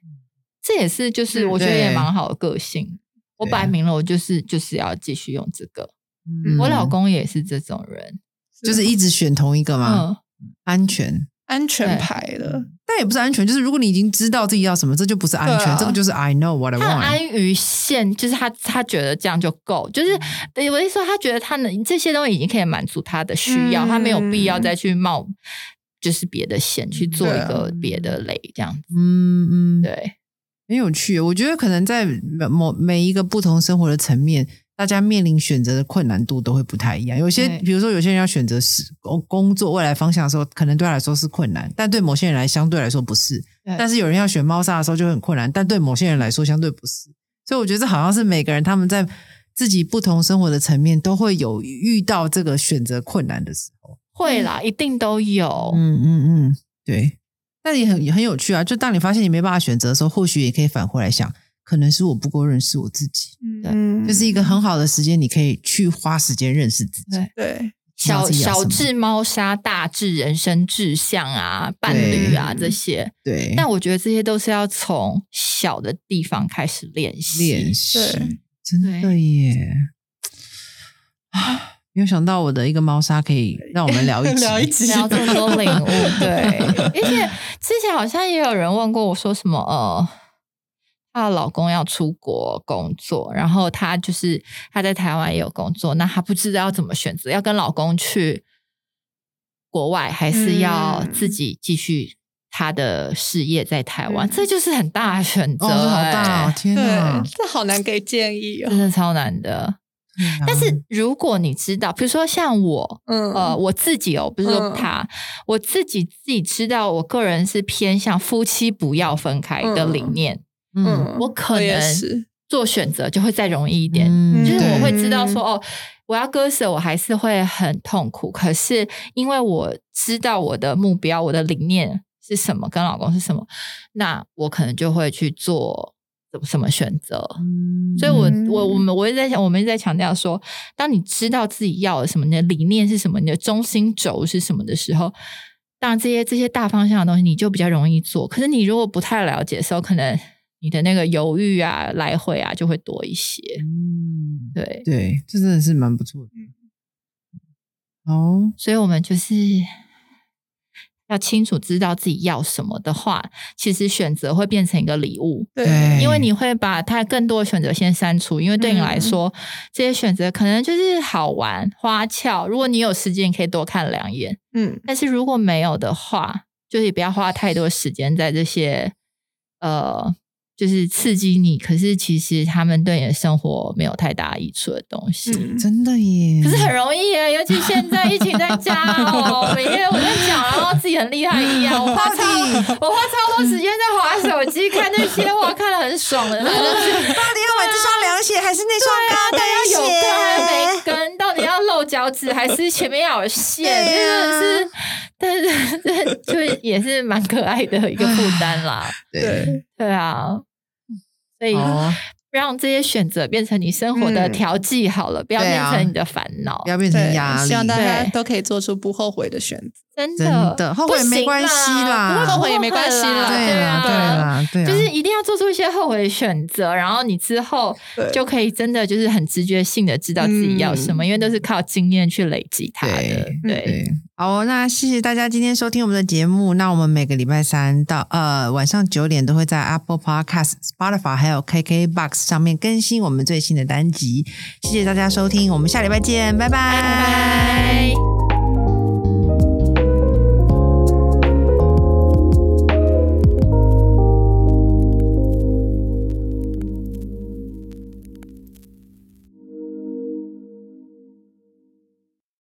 Speaker 2: 这也是就是我觉得也
Speaker 1: 对
Speaker 2: 蛮好的个性。我
Speaker 1: 对
Speaker 2: 摆明了，我就是就是要继续用这个。
Speaker 1: 嗯
Speaker 2: 我老公也是这种人，
Speaker 1: 就是一直选同一个嘛，
Speaker 2: 嗯，
Speaker 1: 安全。
Speaker 3: 安全牌的，
Speaker 1: 但也不是安全，就是如果你已经知道自己要什么，这就不是安全，
Speaker 3: 对啊
Speaker 1: 这个就是 I know what I
Speaker 2: 他很
Speaker 1: want。
Speaker 2: 安于现，就是他他觉得这样就够，就是
Speaker 1: 嗯
Speaker 2: 对我一说，他觉得他能这些东西已经可以满足他的需要，
Speaker 3: 嗯
Speaker 2: 他没有必要再去冒就是别的险去做一
Speaker 3: 对啊
Speaker 2: 个别的雷这样子。
Speaker 1: 嗯嗯，
Speaker 2: 对，
Speaker 1: 很有趣。我觉得可能在某每一个不同生活的层面，大家面临选择的困难度都会不太一样。有些
Speaker 2: 对，
Speaker 1: 比如说有些人要选择是工工作未来方向的时候，可能对他来说是困难，但对某些人来相对来说不是。
Speaker 2: 对
Speaker 1: 但是有人要选猫砂的时候就很困难，但对某些人来说相对不是。所以我觉得这好像是每个人他们在自己不同生活的层面都会有遇到这个选择困难的时候。
Speaker 2: 会啦，一定都有。
Speaker 1: 嗯嗯嗯，对。但也很也很有趣啊！就当你发现你没办法选择的时候，或许也可以返回来想，可能是我不够认识我自己，
Speaker 3: 嗯，
Speaker 1: 这、是一个很好的时间，你可以去花时间认识自己。
Speaker 2: 对
Speaker 3: 对，
Speaker 2: 小
Speaker 1: 自己要
Speaker 2: 小
Speaker 1: 什么
Speaker 2: 至猫砂，大至人生志向啊、伴侣啊
Speaker 3: 对
Speaker 2: 这些，
Speaker 1: 对，
Speaker 2: 但我觉得这些都是要从小的地方开始练习。
Speaker 1: 练习
Speaker 3: 对
Speaker 1: 真的
Speaker 2: 对
Speaker 1: 耶！啊，没有想到我的一个猫砂可以让我们聊一 集，哦
Speaker 3: 聊一集
Speaker 2: 然后啊这么多领悟，对，而且之前好像也有人问过我说什么呃，她的老公要出国工作，然后她就是她在台湾也有工作，那她不知道要怎么选择，要跟老公去国外，还是要
Speaker 3: 嗯
Speaker 2: 自己继续她的事业在台湾，
Speaker 3: 嗯
Speaker 2: 这就是很大的选择、
Speaker 1: 哦，这好大哦！
Speaker 2: 哎
Speaker 1: 天哪
Speaker 3: 对，，这好难给建议哦
Speaker 2: 真。的超难的。
Speaker 1: 对啊
Speaker 2: 但是如果你知道，比如说像我，
Speaker 3: 嗯，
Speaker 2: 呃，我自己哦，不是说
Speaker 3: 嗯
Speaker 2: 他，我自己自己知道，我个人是偏向夫妻不要分开的理
Speaker 3: 嗯
Speaker 2: 念，
Speaker 1: 嗯
Speaker 2: 我可
Speaker 3: 也
Speaker 2: 能
Speaker 3: 是，
Speaker 2: 做选择就会再容易一点，
Speaker 1: 嗯
Speaker 2: 就是我会
Speaker 1: 对
Speaker 2: 知道
Speaker 3: 嗯
Speaker 2: 说哦。我要割舍，我还是会很痛苦。可是因为我知道我的目标、我的理念是什么，跟老公是什么，那我可能就会去做怎么什么选择。所以我，
Speaker 3: 嗯
Speaker 2: 我我们我一直在想，我们一直在强调说，当你知道自己要的什么，你的理念是什么，你的中心轴是什么的时候，当然这些这些大方向的东西，你就比较容易做。可是你如果不太了解的时候，可能你的那个犹豫啊、来回啊就会多一些。
Speaker 1: 嗯，
Speaker 2: 对，
Speaker 1: 对，这真的是蛮不错的。嗯哦好，
Speaker 2: 所以我们就是要清楚知道自己要什么的话，其实选择会变成一个礼物。
Speaker 3: 对，
Speaker 2: 因为你会把它更多的选择先删除，因为对你来说，这些选择可能就是好玩、花俏。如果你有时间，你可以多看两眼；
Speaker 3: 嗯，
Speaker 2: 但是如果没有的话，就是也不要花太多时间在这些呃，就是刺激你，可是其实他们对你的生活没有太大益处的东西。
Speaker 3: 嗯
Speaker 1: 真的耶，
Speaker 2: 可是很容易耶，尤其现在疫情在家哦，每天我在讲，然后自己很厉害一样，我花超我花超多时间在划手机看那些，哇，看得很爽的，然后就是
Speaker 1: 到底要买这双凉鞋还是那双高
Speaker 2: 要有根还
Speaker 3: 啊
Speaker 1: 跟
Speaker 2: 没根，到底要露脚趾还是前面要有线，真的是，但是这就也是蛮可爱的一个负担啦，
Speaker 1: 对，
Speaker 3: 对，
Speaker 2: 对啊，所以
Speaker 1: 哦，
Speaker 2: 让这些选择变成你生活的
Speaker 3: 嗯
Speaker 2: 调剂好了，不要变
Speaker 1: 对啊
Speaker 2: 成你的烦恼
Speaker 1: 不。要变成压
Speaker 3: 对，
Speaker 1: 力。
Speaker 3: 希望大家
Speaker 2: 对
Speaker 3: 都可以做出不后悔的选择。
Speaker 2: 真
Speaker 1: 真
Speaker 2: 的
Speaker 1: 的后悔
Speaker 2: 不行
Speaker 1: 没关系啦
Speaker 2: 不会
Speaker 3: 后悔也没关系
Speaker 2: 啦，
Speaker 3: 啦
Speaker 1: 对啦，对
Speaker 2: 啊。
Speaker 1: 啦，对啦，
Speaker 2: 就是一定要做出一些后悔的选择，然后你之后
Speaker 3: 对
Speaker 2: 就可以真的就是很直觉性的知道自己要什么，因为都是靠经验去累积它的。
Speaker 1: 对
Speaker 2: 对，
Speaker 1: 对，好，哦那谢谢大家今天收听我们的节目。那我们每个礼拜三到呃晚上九点都会在 Apple Podcast、Spotify 还有 KKBox 上面更新我们最新的单集。谢谢大家收听，我们下礼拜见，拜拜
Speaker 2: 拜拜。